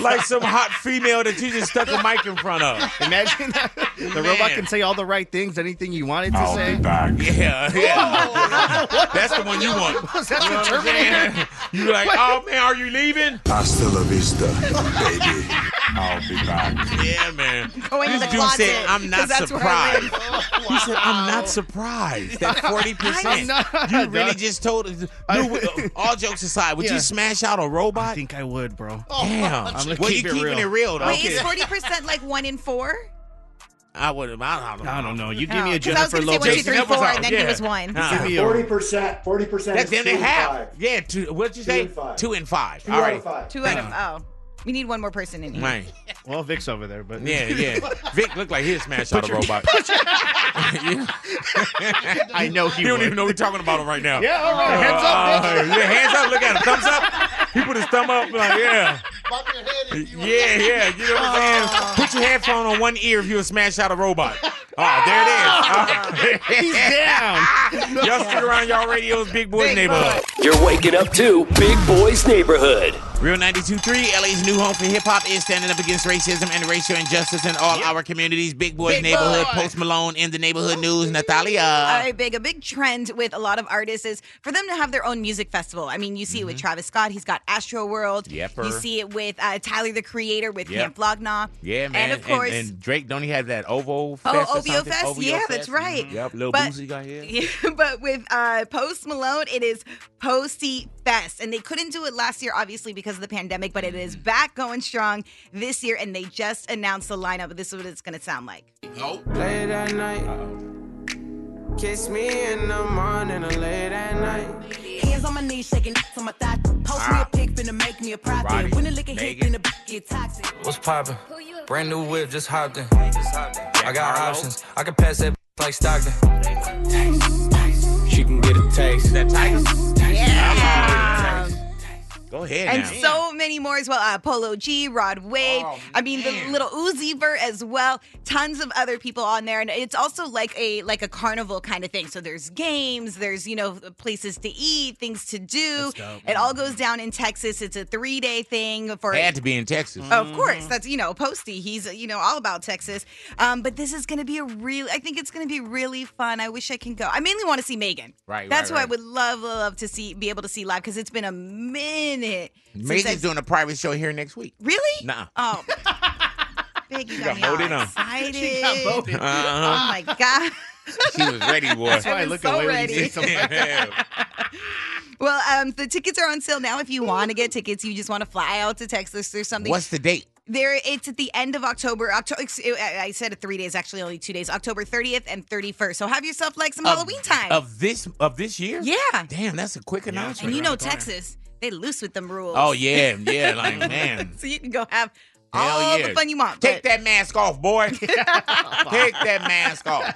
[SPEAKER 2] like some hot female that you just stuck a mic in front of.
[SPEAKER 4] Imagine
[SPEAKER 2] [LAUGHS]
[SPEAKER 4] that. The robot
[SPEAKER 2] Man.
[SPEAKER 4] can say all the right things. Anything you wanted to
[SPEAKER 2] I'll
[SPEAKER 4] say.
[SPEAKER 2] Uh, Yeah,
[SPEAKER 4] [LAUGHS]
[SPEAKER 2] yeah. [LAUGHS] That's the one you want. [LAUGHS]
[SPEAKER 4] Was that
[SPEAKER 2] You know
[SPEAKER 4] the
[SPEAKER 2] what I'm
[SPEAKER 4] Terminator?
[SPEAKER 2] saying? You're like, oh man, are you leaving?
[SPEAKER 11] Hasta la vista,
[SPEAKER 2] [LAUGHS]
[SPEAKER 11] baby. I'll be back.
[SPEAKER 2] Yeah, man.
[SPEAKER 5] Going
[SPEAKER 2] this
[SPEAKER 5] to the
[SPEAKER 2] dude
[SPEAKER 5] closet,
[SPEAKER 2] said, I'm
[SPEAKER 5] 'cause
[SPEAKER 2] not
[SPEAKER 5] that's where I
[SPEAKER 2] surprised. He said, I'm
[SPEAKER 5] [LAUGHS]
[SPEAKER 2] not surprised that 40%.
[SPEAKER 4] I'm not,
[SPEAKER 2] you really
[SPEAKER 4] dog.
[SPEAKER 2] just told us. Dude, w- all jokes aside, would
[SPEAKER 4] Yeah.
[SPEAKER 2] you smash out a robot?
[SPEAKER 4] I think I would, bro.
[SPEAKER 5] Oh,
[SPEAKER 2] Damn.
[SPEAKER 4] I'm gonna
[SPEAKER 2] well,
[SPEAKER 4] keep
[SPEAKER 2] you
[SPEAKER 4] it
[SPEAKER 2] keeping
[SPEAKER 4] real.
[SPEAKER 2] it real, though.
[SPEAKER 5] Wait, is forty percent like one in four?
[SPEAKER 2] I would have. I don't know.
[SPEAKER 4] I don't know. You give
[SPEAKER 5] Oh,
[SPEAKER 4] me a
[SPEAKER 5] 'cause I was
[SPEAKER 4] Jennifer
[SPEAKER 5] gonna say
[SPEAKER 4] Lopez.
[SPEAKER 5] one, two, three,
[SPEAKER 2] That was
[SPEAKER 5] four,
[SPEAKER 2] out,
[SPEAKER 5] and then
[SPEAKER 2] yeah.
[SPEAKER 5] there was one.
[SPEAKER 2] Uh-uh.
[SPEAKER 4] Give me a-
[SPEAKER 13] Forty percent. Forty percent.
[SPEAKER 2] That's them
[SPEAKER 13] two
[SPEAKER 2] they
[SPEAKER 13] and
[SPEAKER 2] have.
[SPEAKER 13] five.
[SPEAKER 2] Yeah, two, what'd you say?
[SPEAKER 13] and five.
[SPEAKER 2] Two and five.
[SPEAKER 13] Two
[SPEAKER 2] All
[SPEAKER 13] out
[SPEAKER 2] right.
[SPEAKER 13] of five.
[SPEAKER 5] Two out of oh, we need one more person in here.
[SPEAKER 2] Right.
[SPEAKER 4] Well, Vic's over there, but [LAUGHS]
[SPEAKER 2] Yeah, yeah. Vic looked like he had smashed out a robot.
[SPEAKER 4] I know he
[SPEAKER 2] You don't
[SPEAKER 4] would.
[SPEAKER 2] even know we're talking about him right now.
[SPEAKER 4] Yeah, all right. Hands up,
[SPEAKER 2] Uh, yeah, hands up. Look at him. Thumbs up. He put his thumb up. Like, yeah. yeah, yeah. You know what I'm
[SPEAKER 4] Uh.
[SPEAKER 2] saying? Put your headphone on one ear if you would smash out a robot. Oh, there it
[SPEAKER 4] [LAUGHS]
[SPEAKER 2] is.
[SPEAKER 4] He's down.
[SPEAKER 2] [LAUGHS] Y'all stick around y'all radios, Big Boys Neighborhood.
[SPEAKER 1] You're waking up to Big Boys Neighborhood.
[SPEAKER 2] Real 92.3, LA's new home for hip hop is standing up against racism and racial injustice in all our communities. Big Boys
[SPEAKER 5] Big
[SPEAKER 2] Neighborhood,
[SPEAKER 5] boy.
[SPEAKER 2] Post Malone in the Neighborhood News,
[SPEAKER 5] All
[SPEAKER 2] Natalia.
[SPEAKER 5] right, big. A big trend with a lot of artists is for them to have their own music festival. I mean, you see it with Travis Scott; he's got Astro World.
[SPEAKER 2] Mm-hmm. Yepper.
[SPEAKER 5] You see it with uh, Tyler the Creator with
[SPEAKER 2] Yep.
[SPEAKER 5] Camp Vlogna.
[SPEAKER 2] Yeah, man.
[SPEAKER 5] And of course,
[SPEAKER 2] and, Drake, don't he have that Ovo Fest?
[SPEAKER 5] Oh,
[SPEAKER 2] or
[SPEAKER 5] OVO
[SPEAKER 2] something?
[SPEAKER 5] Fest?
[SPEAKER 2] OVO
[SPEAKER 5] Yeah,
[SPEAKER 2] Fest?
[SPEAKER 5] that's right.
[SPEAKER 2] Yep,
[SPEAKER 5] [LAUGHS]
[SPEAKER 2] Lil
[SPEAKER 5] But-
[SPEAKER 2] Boozy got here.
[SPEAKER 5] but with uh, Post Malone, it is Posty Fest. And they couldn't do it last year, obviously, because of the pandemic, but it is back going strong this year. And they just announced the lineup. This is what it's going to sound like.
[SPEAKER 13] Late at night. Kiss me in the morning or late at night.
[SPEAKER 14] Hands on my knees, shaking ass on my thigh. Post
[SPEAKER 13] Ah.
[SPEAKER 14] me a pic, finna make me a profit.
[SPEAKER 13] Roddy,
[SPEAKER 14] when the liquor hit, then
[SPEAKER 13] Megan.
[SPEAKER 14] the b- get toxic.
[SPEAKER 13] What's poppin'? Brand new whip, just hopped in. I got
[SPEAKER 14] Harlow.
[SPEAKER 13] options. I can pass that like Stockton. She can get a taste. That taste? Yeah.
[SPEAKER 2] Go ahead.
[SPEAKER 5] And
[SPEAKER 2] now.
[SPEAKER 5] so many more as well. Uh, Polo G, Rod Wave.
[SPEAKER 13] Oh,
[SPEAKER 5] I mean, the little Uzi Vert as well. Tons of other people on there, and it's also like a like a carnival kind of thing. So there's games, there's you know places to eat, things to do.
[SPEAKER 2] dope.
[SPEAKER 5] It all goes down in Texas. It's a three day thing for
[SPEAKER 2] Had to be in Texas.
[SPEAKER 5] of course, that's you know Posty. He's you know all about Texas. Um, but this is going to be a real. I think it's going to be really fun. I wish I can go. I mainly want to see Megan.
[SPEAKER 2] Right, right,
[SPEAKER 5] That's who I
[SPEAKER 2] right.
[SPEAKER 5] would love, love, love to see, be able to see live because it's been a minute. since
[SPEAKER 2] Megan's
[SPEAKER 5] I've-
[SPEAKER 2] Mm-hmm. doing a private show here next week.
[SPEAKER 5] Really?
[SPEAKER 2] Nah. [LAUGHS]
[SPEAKER 5] Oh. Big, you
[SPEAKER 2] She
[SPEAKER 5] got
[SPEAKER 2] got
[SPEAKER 5] me all
[SPEAKER 2] voted on.
[SPEAKER 5] excited.
[SPEAKER 2] She got voted.
[SPEAKER 5] Oh
[SPEAKER 2] Uh-huh.
[SPEAKER 5] my god.
[SPEAKER 2] She was ready, boy.
[SPEAKER 5] That's why I I was look so away when you ready. say something like Well, um, the tickets are on sale now. If you want to get tickets, you just want to fly out to Texas or something.
[SPEAKER 2] What's the date?
[SPEAKER 5] There, it's at the end of October. October, I said it three days, actually only two days. October 30th and 31st. So have yourself like some
[SPEAKER 2] Of-
[SPEAKER 5] Halloween time.
[SPEAKER 2] of this of this year?
[SPEAKER 5] Yeah.
[SPEAKER 2] Damn, that's a quick announcement.
[SPEAKER 5] and you know Texas, they loose with them rules.
[SPEAKER 2] Oh yeah,
[SPEAKER 5] [LAUGHS]
[SPEAKER 2] yeah, like man.
[SPEAKER 5] so you can go have
[SPEAKER 2] Hell
[SPEAKER 5] all
[SPEAKER 2] yeah.
[SPEAKER 5] the fun you want.
[SPEAKER 2] Take
[SPEAKER 5] but
[SPEAKER 2] that mask off, boy. Take that mask off.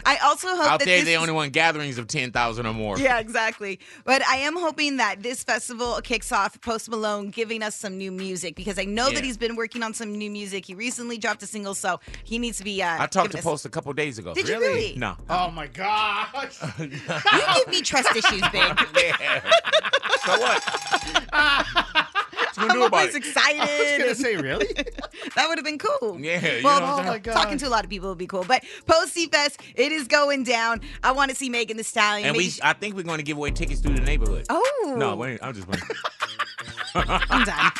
[SPEAKER 5] [LAUGHS] I also hope
[SPEAKER 2] Out
[SPEAKER 5] that
[SPEAKER 2] there,
[SPEAKER 5] this
[SPEAKER 2] they only want gatherings of ten thousand or more.
[SPEAKER 5] Yeah, exactly. But I am hoping that this festival kicks off Post Malone giving us some new music because I know
[SPEAKER 2] Yeah.
[SPEAKER 5] that he's been working on some new music. He recently dropped a single, so he needs to be. Uh,
[SPEAKER 2] I talked
[SPEAKER 5] giving
[SPEAKER 2] to
[SPEAKER 5] us-
[SPEAKER 2] Post a couple days ago.
[SPEAKER 5] Did you really?
[SPEAKER 2] No. [LAUGHS]
[SPEAKER 4] Oh my gosh.
[SPEAKER 5] You give me trust issues, big.
[SPEAKER 2] Yeah. So what?
[SPEAKER 5] I'm
[SPEAKER 2] do about
[SPEAKER 5] always
[SPEAKER 2] it?
[SPEAKER 5] excited.
[SPEAKER 4] [LAUGHS] I was gonna say, really?
[SPEAKER 5] that would have been cool.
[SPEAKER 2] Yeah, you
[SPEAKER 5] Well,
[SPEAKER 2] know what I'm
[SPEAKER 5] uh,
[SPEAKER 4] Oh,
[SPEAKER 2] saying?
[SPEAKER 5] talking to a lot of people would be cool. But post Fest, it is going down. I want to see Megan the Stallion.
[SPEAKER 2] And
[SPEAKER 5] Maybe
[SPEAKER 2] we,
[SPEAKER 5] she-
[SPEAKER 2] I think we're going to give away tickets through the neighborhood.
[SPEAKER 5] Oh.
[SPEAKER 2] No, wait, I'm just playing.
[SPEAKER 5] I'm done.
[SPEAKER 2] [LAUGHS]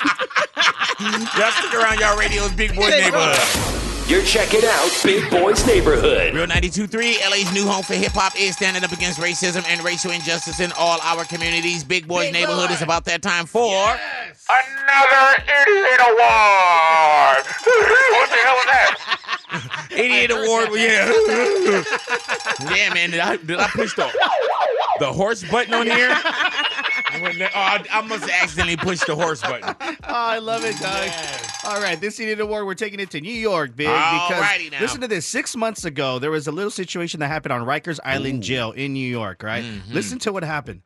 [SPEAKER 2] y'all stick around y'all radio's Big Boy Neighborhood.
[SPEAKER 1] You're checking out Big Boy's Neighborhood.
[SPEAKER 2] Real 92.3, LA's new home for hip hop is standing up against racism and racial injustice in all our communities. Big Boy's Neighborhood is about that time for.
[SPEAKER 7] Another idiot award. [LAUGHS] what the hell was that?
[SPEAKER 2] [LAUGHS] Idiot Award. [LAUGHS] Yeah. yeah, man. Did I, did I push the, the horse button on here? I wouldn't- oh, I, I must have accidentally pushed the horse button.
[SPEAKER 4] Oh, I love it, Doug. [LAUGHS] All right, this idiot award, we're taking it to New York, big.
[SPEAKER 2] Alrighty
[SPEAKER 4] because
[SPEAKER 2] now.
[SPEAKER 4] listen to this. Six months ago, there was a little situation that happened on Rikers Island Jail in New York, right? Listen to what happened.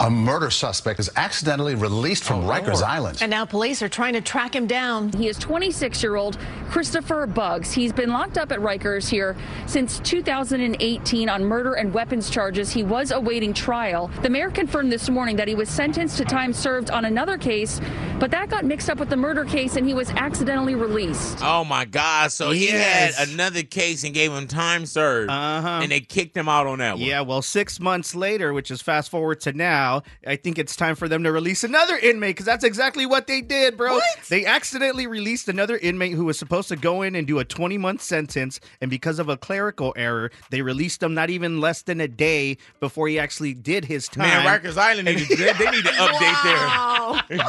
[SPEAKER 15] A murder suspect is accidentally released from
[SPEAKER 2] Oh,
[SPEAKER 15] Rikers Island.
[SPEAKER 16] And now police are trying to track him down. He is 26 year old Christopher Bugs. He's been locked up at Rikers here since 2018 on murder and weapons charges. He was awaiting trial. The mayor confirmed this morning that he was sentenced to time served on another case, but that got mixed up with the murder case and he was accidentally released.
[SPEAKER 2] Oh my God! So he had another case and gave him time served, uh-huh. and they kicked him out on that one.
[SPEAKER 4] Yeah, well, six months later, which is fast forward to now, I think it's time for them to release another inmate because that's exactly what they did, bro. They accidentally released another inmate who was supposed to go in and do a 20 month sentence. And because of a clerical error, they released him not even less than a day before he actually did his time.
[SPEAKER 2] Man, Rikers Island needs
[SPEAKER 4] [LAUGHS]
[SPEAKER 2] to, they, they need to update [LAUGHS] their.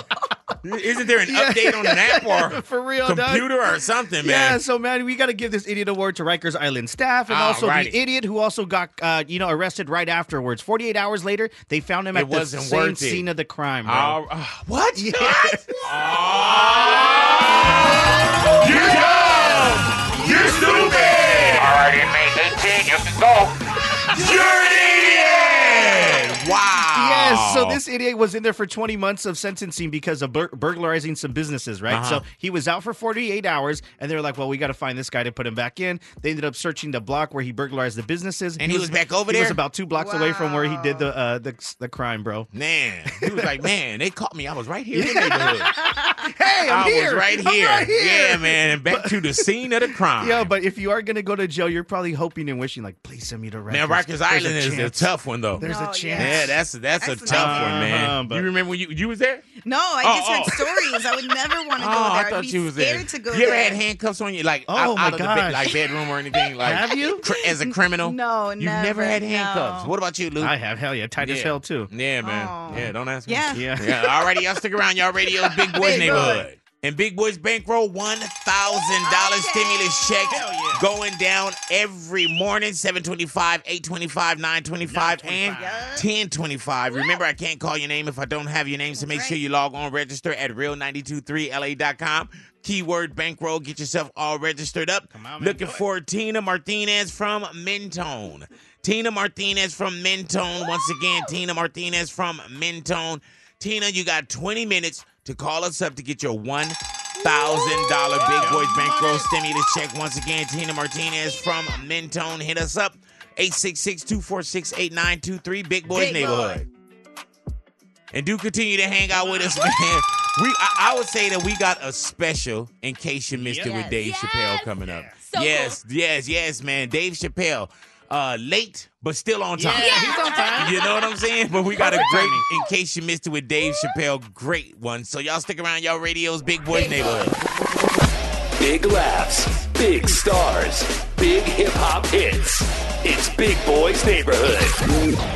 [SPEAKER 2] Isn't there an update on an app
[SPEAKER 4] [LAUGHS]
[SPEAKER 2] or
[SPEAKER 4] For real, dog.
[SPEAKER 2] computer or something,
[SPEAKER 4] Yeah,
[SPEAKER 2] man?
[SPEAKER 4] so man, we got to give this idiot award to Rikers Island staff and also
[SPEAKER 2] Alrighty.
[SPEAKER 4] the idiot who also got uh, you know arrested right afterwards. Forty eight hours later, they found him
[SPEAKER 2] It
[SPEAKER 4] at the
[SPEAKER 2] wasn't
[SPEAKER 4] same
[SPEAKER 2] worth it.
[SPEAKER 4] scene of the crime. Bro.
[SPEAKER 2] All- uh, [SIGHS] what?
[SPEAKER 4] Yeah.
[SPEAKER 7] You're dumb. You're stupid. Alrighty, mate. 18. You can go. You're an idiot.
[SPEAKER 2] Wow.
[SPEAKER 4] Yes, so this idiot was in there for 20 months of sentencing because of bur- burglarizing some businesses, right?
[SPEAKER 2] Uh-huh.
[SPEAKER 4] So he was out for 48 hours, and they were like, well, we got to find this guy to put him back in. They ended up searching the block where he burglarized the businesses.
[SPEAKER 2] And he was back over
[SPEAKER 4] he
[SPEAKER 2] there?
[SPEAKER 4] was about two blocks away from where he did the, uh, the, the crime, bro.
[SPEAKER 2] Man, he was like, man, they caught me. I was right here
[SPEAKER 4] [LAUGHS]
[SPEAKER 2] in the neighborhood.
[SPEAKER 4] Hey, I'm
[SPEAKER 2] I
[SPEAKER 4] here.
[SPEAKER 2] was right
[SPEAKER 4] I'm
[SPEAKER 2] here.
[SPEAKER 4] right here.
[SPEAKER 2] Yeah, man. And back to the scene of the crime.
[SPEAKER 4] Yeah, but if you are gonna go to jail, you're probably hoping and wishing, like, please send me to Rikers.
[SPEAKER 2] Man, Rikers
[SPEAKER 4] There's
[SPEAKER 2] Island is a
[SPEAKER 4] chance. Uh-huh,
[SPEAKER 2] tough one though.
[SPEAKER 5] Oh,
[SPEAKER 4] There's a chance.
[SPEAKER 2] Yeah, that's that's That's a tough one, man. you remember when you you was there?
[SPEAKER 5] No, I
[SPEAKER 2] Oh,
[SPEAKER 5] just
[SPEAKER 2] oh.
[SPEAKER 5] heard stories. I would never want to go there.
[SPEAKER 2] [LAUGHS] Oh, I
[SPEAKER 5] I'd
[SPEAKER 2] thought
[SPEAKER 5] be
[SPEAKER 2] you was there.
[SPEAKER 5] scared to go
[SPEAKER 2] you ever
[SPEAKER 5] there.
[SPEAKER 2] had handcuffs on you, like
[SPEAKER 5] Oh,
[SPEAKER 2] out,
[SPEAKER 5] my
[SPEAKER 2] out of the bed,
[SPEAKER 5] gosh.
[SPEAKER 2] like bedroom or
[SPEAKER 4] [LAUGHS]
[SPEAKER 2] anything? Like
[SPEAKER 5] Have you?
[SPEAKER 2] cr- as a
[SPEAKER 5] [LAUGHS]
[SPEAKER 2] criminal?
[SPEAKER 5] No,
[SPEAKER 2] You've never,
[SPEAKER 5] never,
[SPEAKER 2] had handcuffs.
[SPEAKER 5] no.
[SPEAKER 2] What about you, Luke?
[SPEAKER 4] I have. Hell yeah, tight as
[SPEAKER 2] Yeah.
[SPEAKER 4] hell too.
[SPEAKER 2] Yeah, man. Yeah, don't ask me.
[SPEAKER 4] Yeah.
[SPEAKER 2] yeah.
[SPEAKER 4] Yeah.
[SPEAKER 2] All righty, y'all stick around. Y'all radio is Big Boys
[SPEAKER 4] Big
[SPEAKER 2] Neighborhood. And Big Boys Bankroll, $1,000 stimulus check going down every morning, 725, 825, 925, and 1025. Remember, I can't call your name if I don't have your name, so make sure you log on, register at real923la.com. Keyword bankroll, get yourself all registered up. Looking for Tina Martinez from Mentone. Tina Martinez from Mentone. Once again, Tina Martinez from Mentone. Tina, you got 20 minutes to call us up to get your $1,000 Big Boys Bankroll stimulus check. Once again, Tina Martinez from Mentone. Hit us up 866 246 8923. Big Boys
[SPEAKER 25] Big
[SPEAKER 2] Neighborhood. And do continue to hang out with us, man. We, I, I would say that we got a special in case you missed it with
[SPEAKER 25] Yes.
[SPEAKER 2] Dave Chappelle coming up.
[SPEAKER 25] So
[SPEAKER 2] yes, yes, yes, man. Dave Chappelle, uh, late but still on time.
[SPEAKER 25] Yeah, he's on time.
[SPEAKER 2] You know what I'm saying? But we got a
[SPEAKER 25] Perfect
[SPEAKER 2] great,
[SPEAKER 25] timing.
[SPEAKER 2] in case you missed it with Dave Chappelle, great one. So y'all stick around, y'all radios, Big Boys Neighborhood.
[SPEAKER 1] Big laughs, big stars, big hip hop hits. It's Big Boys Neighborhood.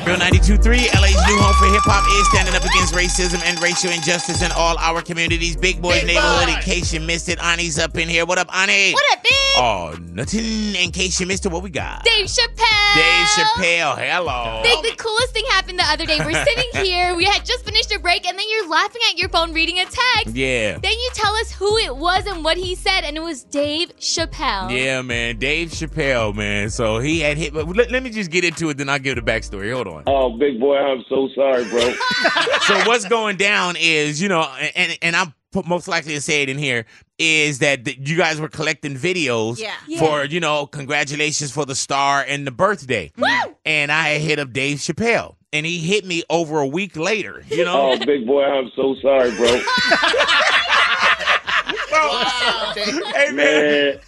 [SPEAKER 2] Real 92.3, LA's new home for hip hop is standing up against racism and racial injustice in all our communities. Big Boys Neighborhood, in case you missed it, Ani's up in here. What up, Ani?
[SPEAKER 3] What up, Big?
[SPEAKER 2] Oh, nothing. In case you missed it, what we got?
[SPEAKER 3] Dave Chappelle.
[SPEAKER 2] Dave Chappelle, hello.
[SPEAKER 3] Big, the coolest thing happened the other day.
[SPEAKER 2] [LAUGHS]
[SPEAKER 3] We're sitting here. We had just finished a break, and then you're laughing at your phone reading a text.
[SPEAKER 2] Yeah.
[SPEAKER 3] Then you tell us who it was and what he said, and it was Dave Chappelle. [LAUGHS]
[SPEAKER 2] Yeah, man, Dave Chappelle, man. So he had hit. But let, let me just get into it, then I'll give the backstory. Hold on.
[SPEAKER 17] Oh, big boy, I'm so sorry, bro.
[SPEAKER 2] [LAUGHS]
[SPEAKER 4] [LAUGHS]
[SPEAKER 2] so what's going down is, you know, and and I'm p- most likely to say it in here is that th- you guys were collecting videos
[SPEAKER 25] Yeah. Yeah.
[SPEAKER 2] for you know congratulations for the star and the birthday, and I had hit up Dave Chappelle, and he hit me over a week later. You know,
[SPEAKER 17] Oh, big boy, I'm so sorry,
[SPEAKER 2] [LAUGHS]
[SPEAKER 17] bro.
[SPEAKER 2] Ah. Hey, man.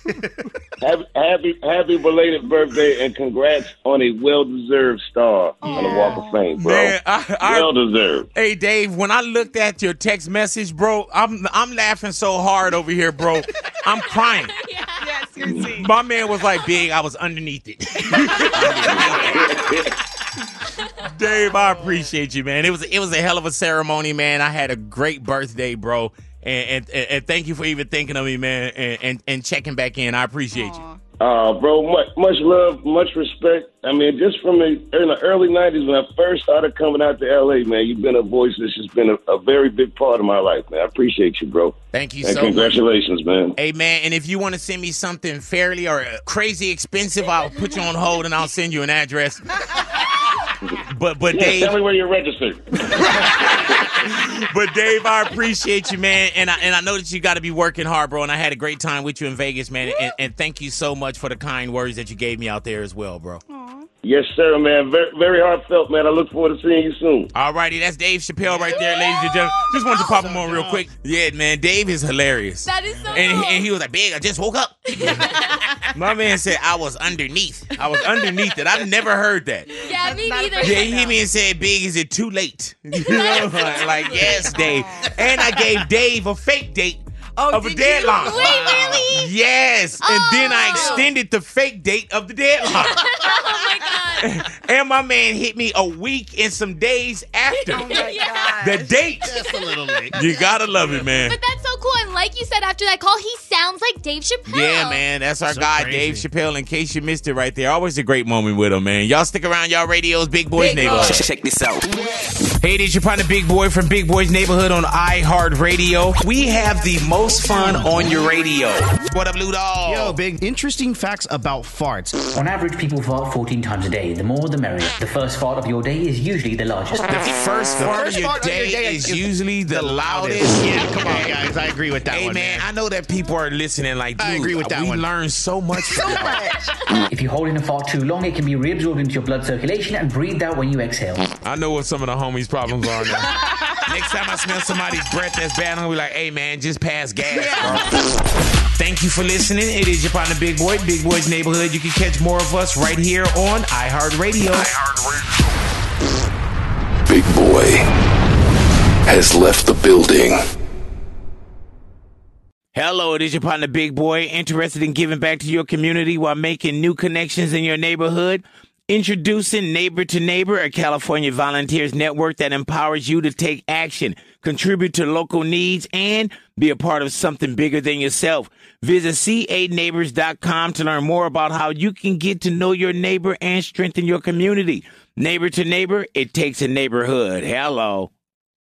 [SPEAKER 17] happy, happy, happy belated birthday and congrats on a well deserved star on the Walk of Fame, bro.
[SPEAKER 2] Man, I- I-
[SPEAKER 17] well deserved.
[SPEAKER 2] Hey Dave, when I looked at your text message, bro, I'm I'm laughing so hard over here, bro. I'm crying.
[SPEAKER 5] Yes, seriously.
[SPEAKER 2] My man was like, "Big, I was underneath it." [LAUGHS] Dave, I appreciate you, man. It was it was a hell of a ceremony, man. I had a great birthday, bro, and and, and, and thank you for even thinking of me, man, and and, and checking back in. I appreciate you.
[SPEAKER 17] Uh, bro, much, much love, much respect. I mean, just from the, in the early 90s when I first started coming out to LA, man, you've been a voice that's just been a, a very big part of my life, man. I appreciate you, bro.
[SPEAKER 2] Thank you
[SPEAKER 17] and
[SPEAKER 2] so much.
[SPEAKER 17] Congratulations, man.
[SPEAKER 2] Hey man, and if you want to send me something fairly or uh, crazy expensive, I'll put you on hold and I'll send you an address. But but
[SPEAKER 17] Yeah,
[SPEAKER 2] Dave,
[SPEAKER 17] tell me where you're registered.
[SPEAKER 2] but Dave, I appreciate you, man, and I, and I know that you got to be working hard, bro. And I had a great time with you in Vegas, man, and, and thank you so much for the kind words that you gave me out there as well, bro.
[SPEAKER 17] Yes, sir, man. Very, very heartfelt, man. I look forward to seeing you soon.
[SPEAKER 2] All righty, that's Dave Chappelle right there, ladies and gentlemen. Just wanted to pop him on real quick. Yeah, man, Dave is hilarious.
[SPEAKER 3] That is so
[SPEAKER 2] And, he- and he was like, "Big, I just woke
[SPEAKER 3] [LAUGHS]
[SPEAKER 2] up." My man said, "I was underneath. I was underneath it. I've never heard that."
[SPEAKER 3] Yeah, me neither.
[SPEAKER 2] Yeah, he hit me and said, "Big, is it too late?" [LAUGHS] You know, like,
[SPEAKER 3] [LAUGHS]
[SPEAKER 2] like, yes, Dave. And I gave Dave a fake date of a deadline.
[SPEAKER 3] Oh, Wait, really? Oh.
[SPEAKER 2] Yes, and then I extended the fake date of
[SPEAKER 3] [LAUGHS]
[SPEAKER 2] the deadline. and my man hit me a week and some days after
[SPEAKER 3] Oh
[SPEAKER 2] the date.
[SPEAKER 4] That's a little late.
[SPEAKER 2] You gotta love it, man.
[SPEAKER 3] But that's so cool. And like you said after that call, he sounds like Dave Chappelle.
[SPEAKER 2] Yeah, man. That's our guy, Dave Chappelle. In case you missed it right there, always a great moment with him, man. Y'all stick around, y'all radios, Big Boys
[SPEAKER 25] Big
[SPEAKER 2] Neighborhood.
[SPEAKER 25] Boys.
[SPEAKER 2] Check this out. Hey, did you find a Big Boy from Big Boys Neighborhood on iHeartRadio? We have the most fun on your radio. What up, Ludo?
[SPEAKER 4] Yo, big interesting facts about farts.
[SPEAKER 18] On average, people fart 14 times a day. The more, the merrier. The first fart of your day is usually the largest.
[SPEAKER 2] The first
[SPEAKER 18] The
[SPEAKER 2] part of
[SPEAKER 18] first
[SPEAKER 2] your
[SPEAKER 18] fart of your
[SPEAKER 2] day,
[SPEAKER 18] day
[SPEAKER 2] is
[SPEAKER 18] is
[SPEAKER 2] usually the, loudest.
[SPEAKER 4] Yeah, come on, guys. I agree with that
[SPEAKER 2] Hey,
[SPEAKER 4] one.
[SPEAKER 2] man, I know that people are listening. Like, dude, uh,
[SPEAKER 18] I agree with that
[SPEAKER 2] we
[SPEAKER 18] one.
[SPEAKER 2] learned so much. from y'all.
[SPEAKER 18] if you hold in a fart too long, it can be reabsorbed into your blood circulation and breathed out when you exhale.
[SPEAKER 2] I know what some of the homies' problems are now. [LAUGHS] Next time I smell somebody's breath that's bad, I'm gonna be like, hey man, just pass gas, bro. Thank you for listening. It is your partner, Big Boy, Big Boy's Neighborhood. You can catch more of us right here on iHeartRadio.
[SPEAKER 1] Big Boy has left the building.
[SPEAKER 2] Hello, it is your partner, Big Boy, interested in giving back to your community while making new connections in your neighborhood. Introducing Neighbor to Neighbor, a California volunteers network that empowers you to take action, contribute to local needs, and be a part of something bigger than yourself. Visit ca-neighbors.com to learn more about how you can get to know your neighbor and strengthen your community. Neighbor to Neighbor, it takes a neighborhood. Hello.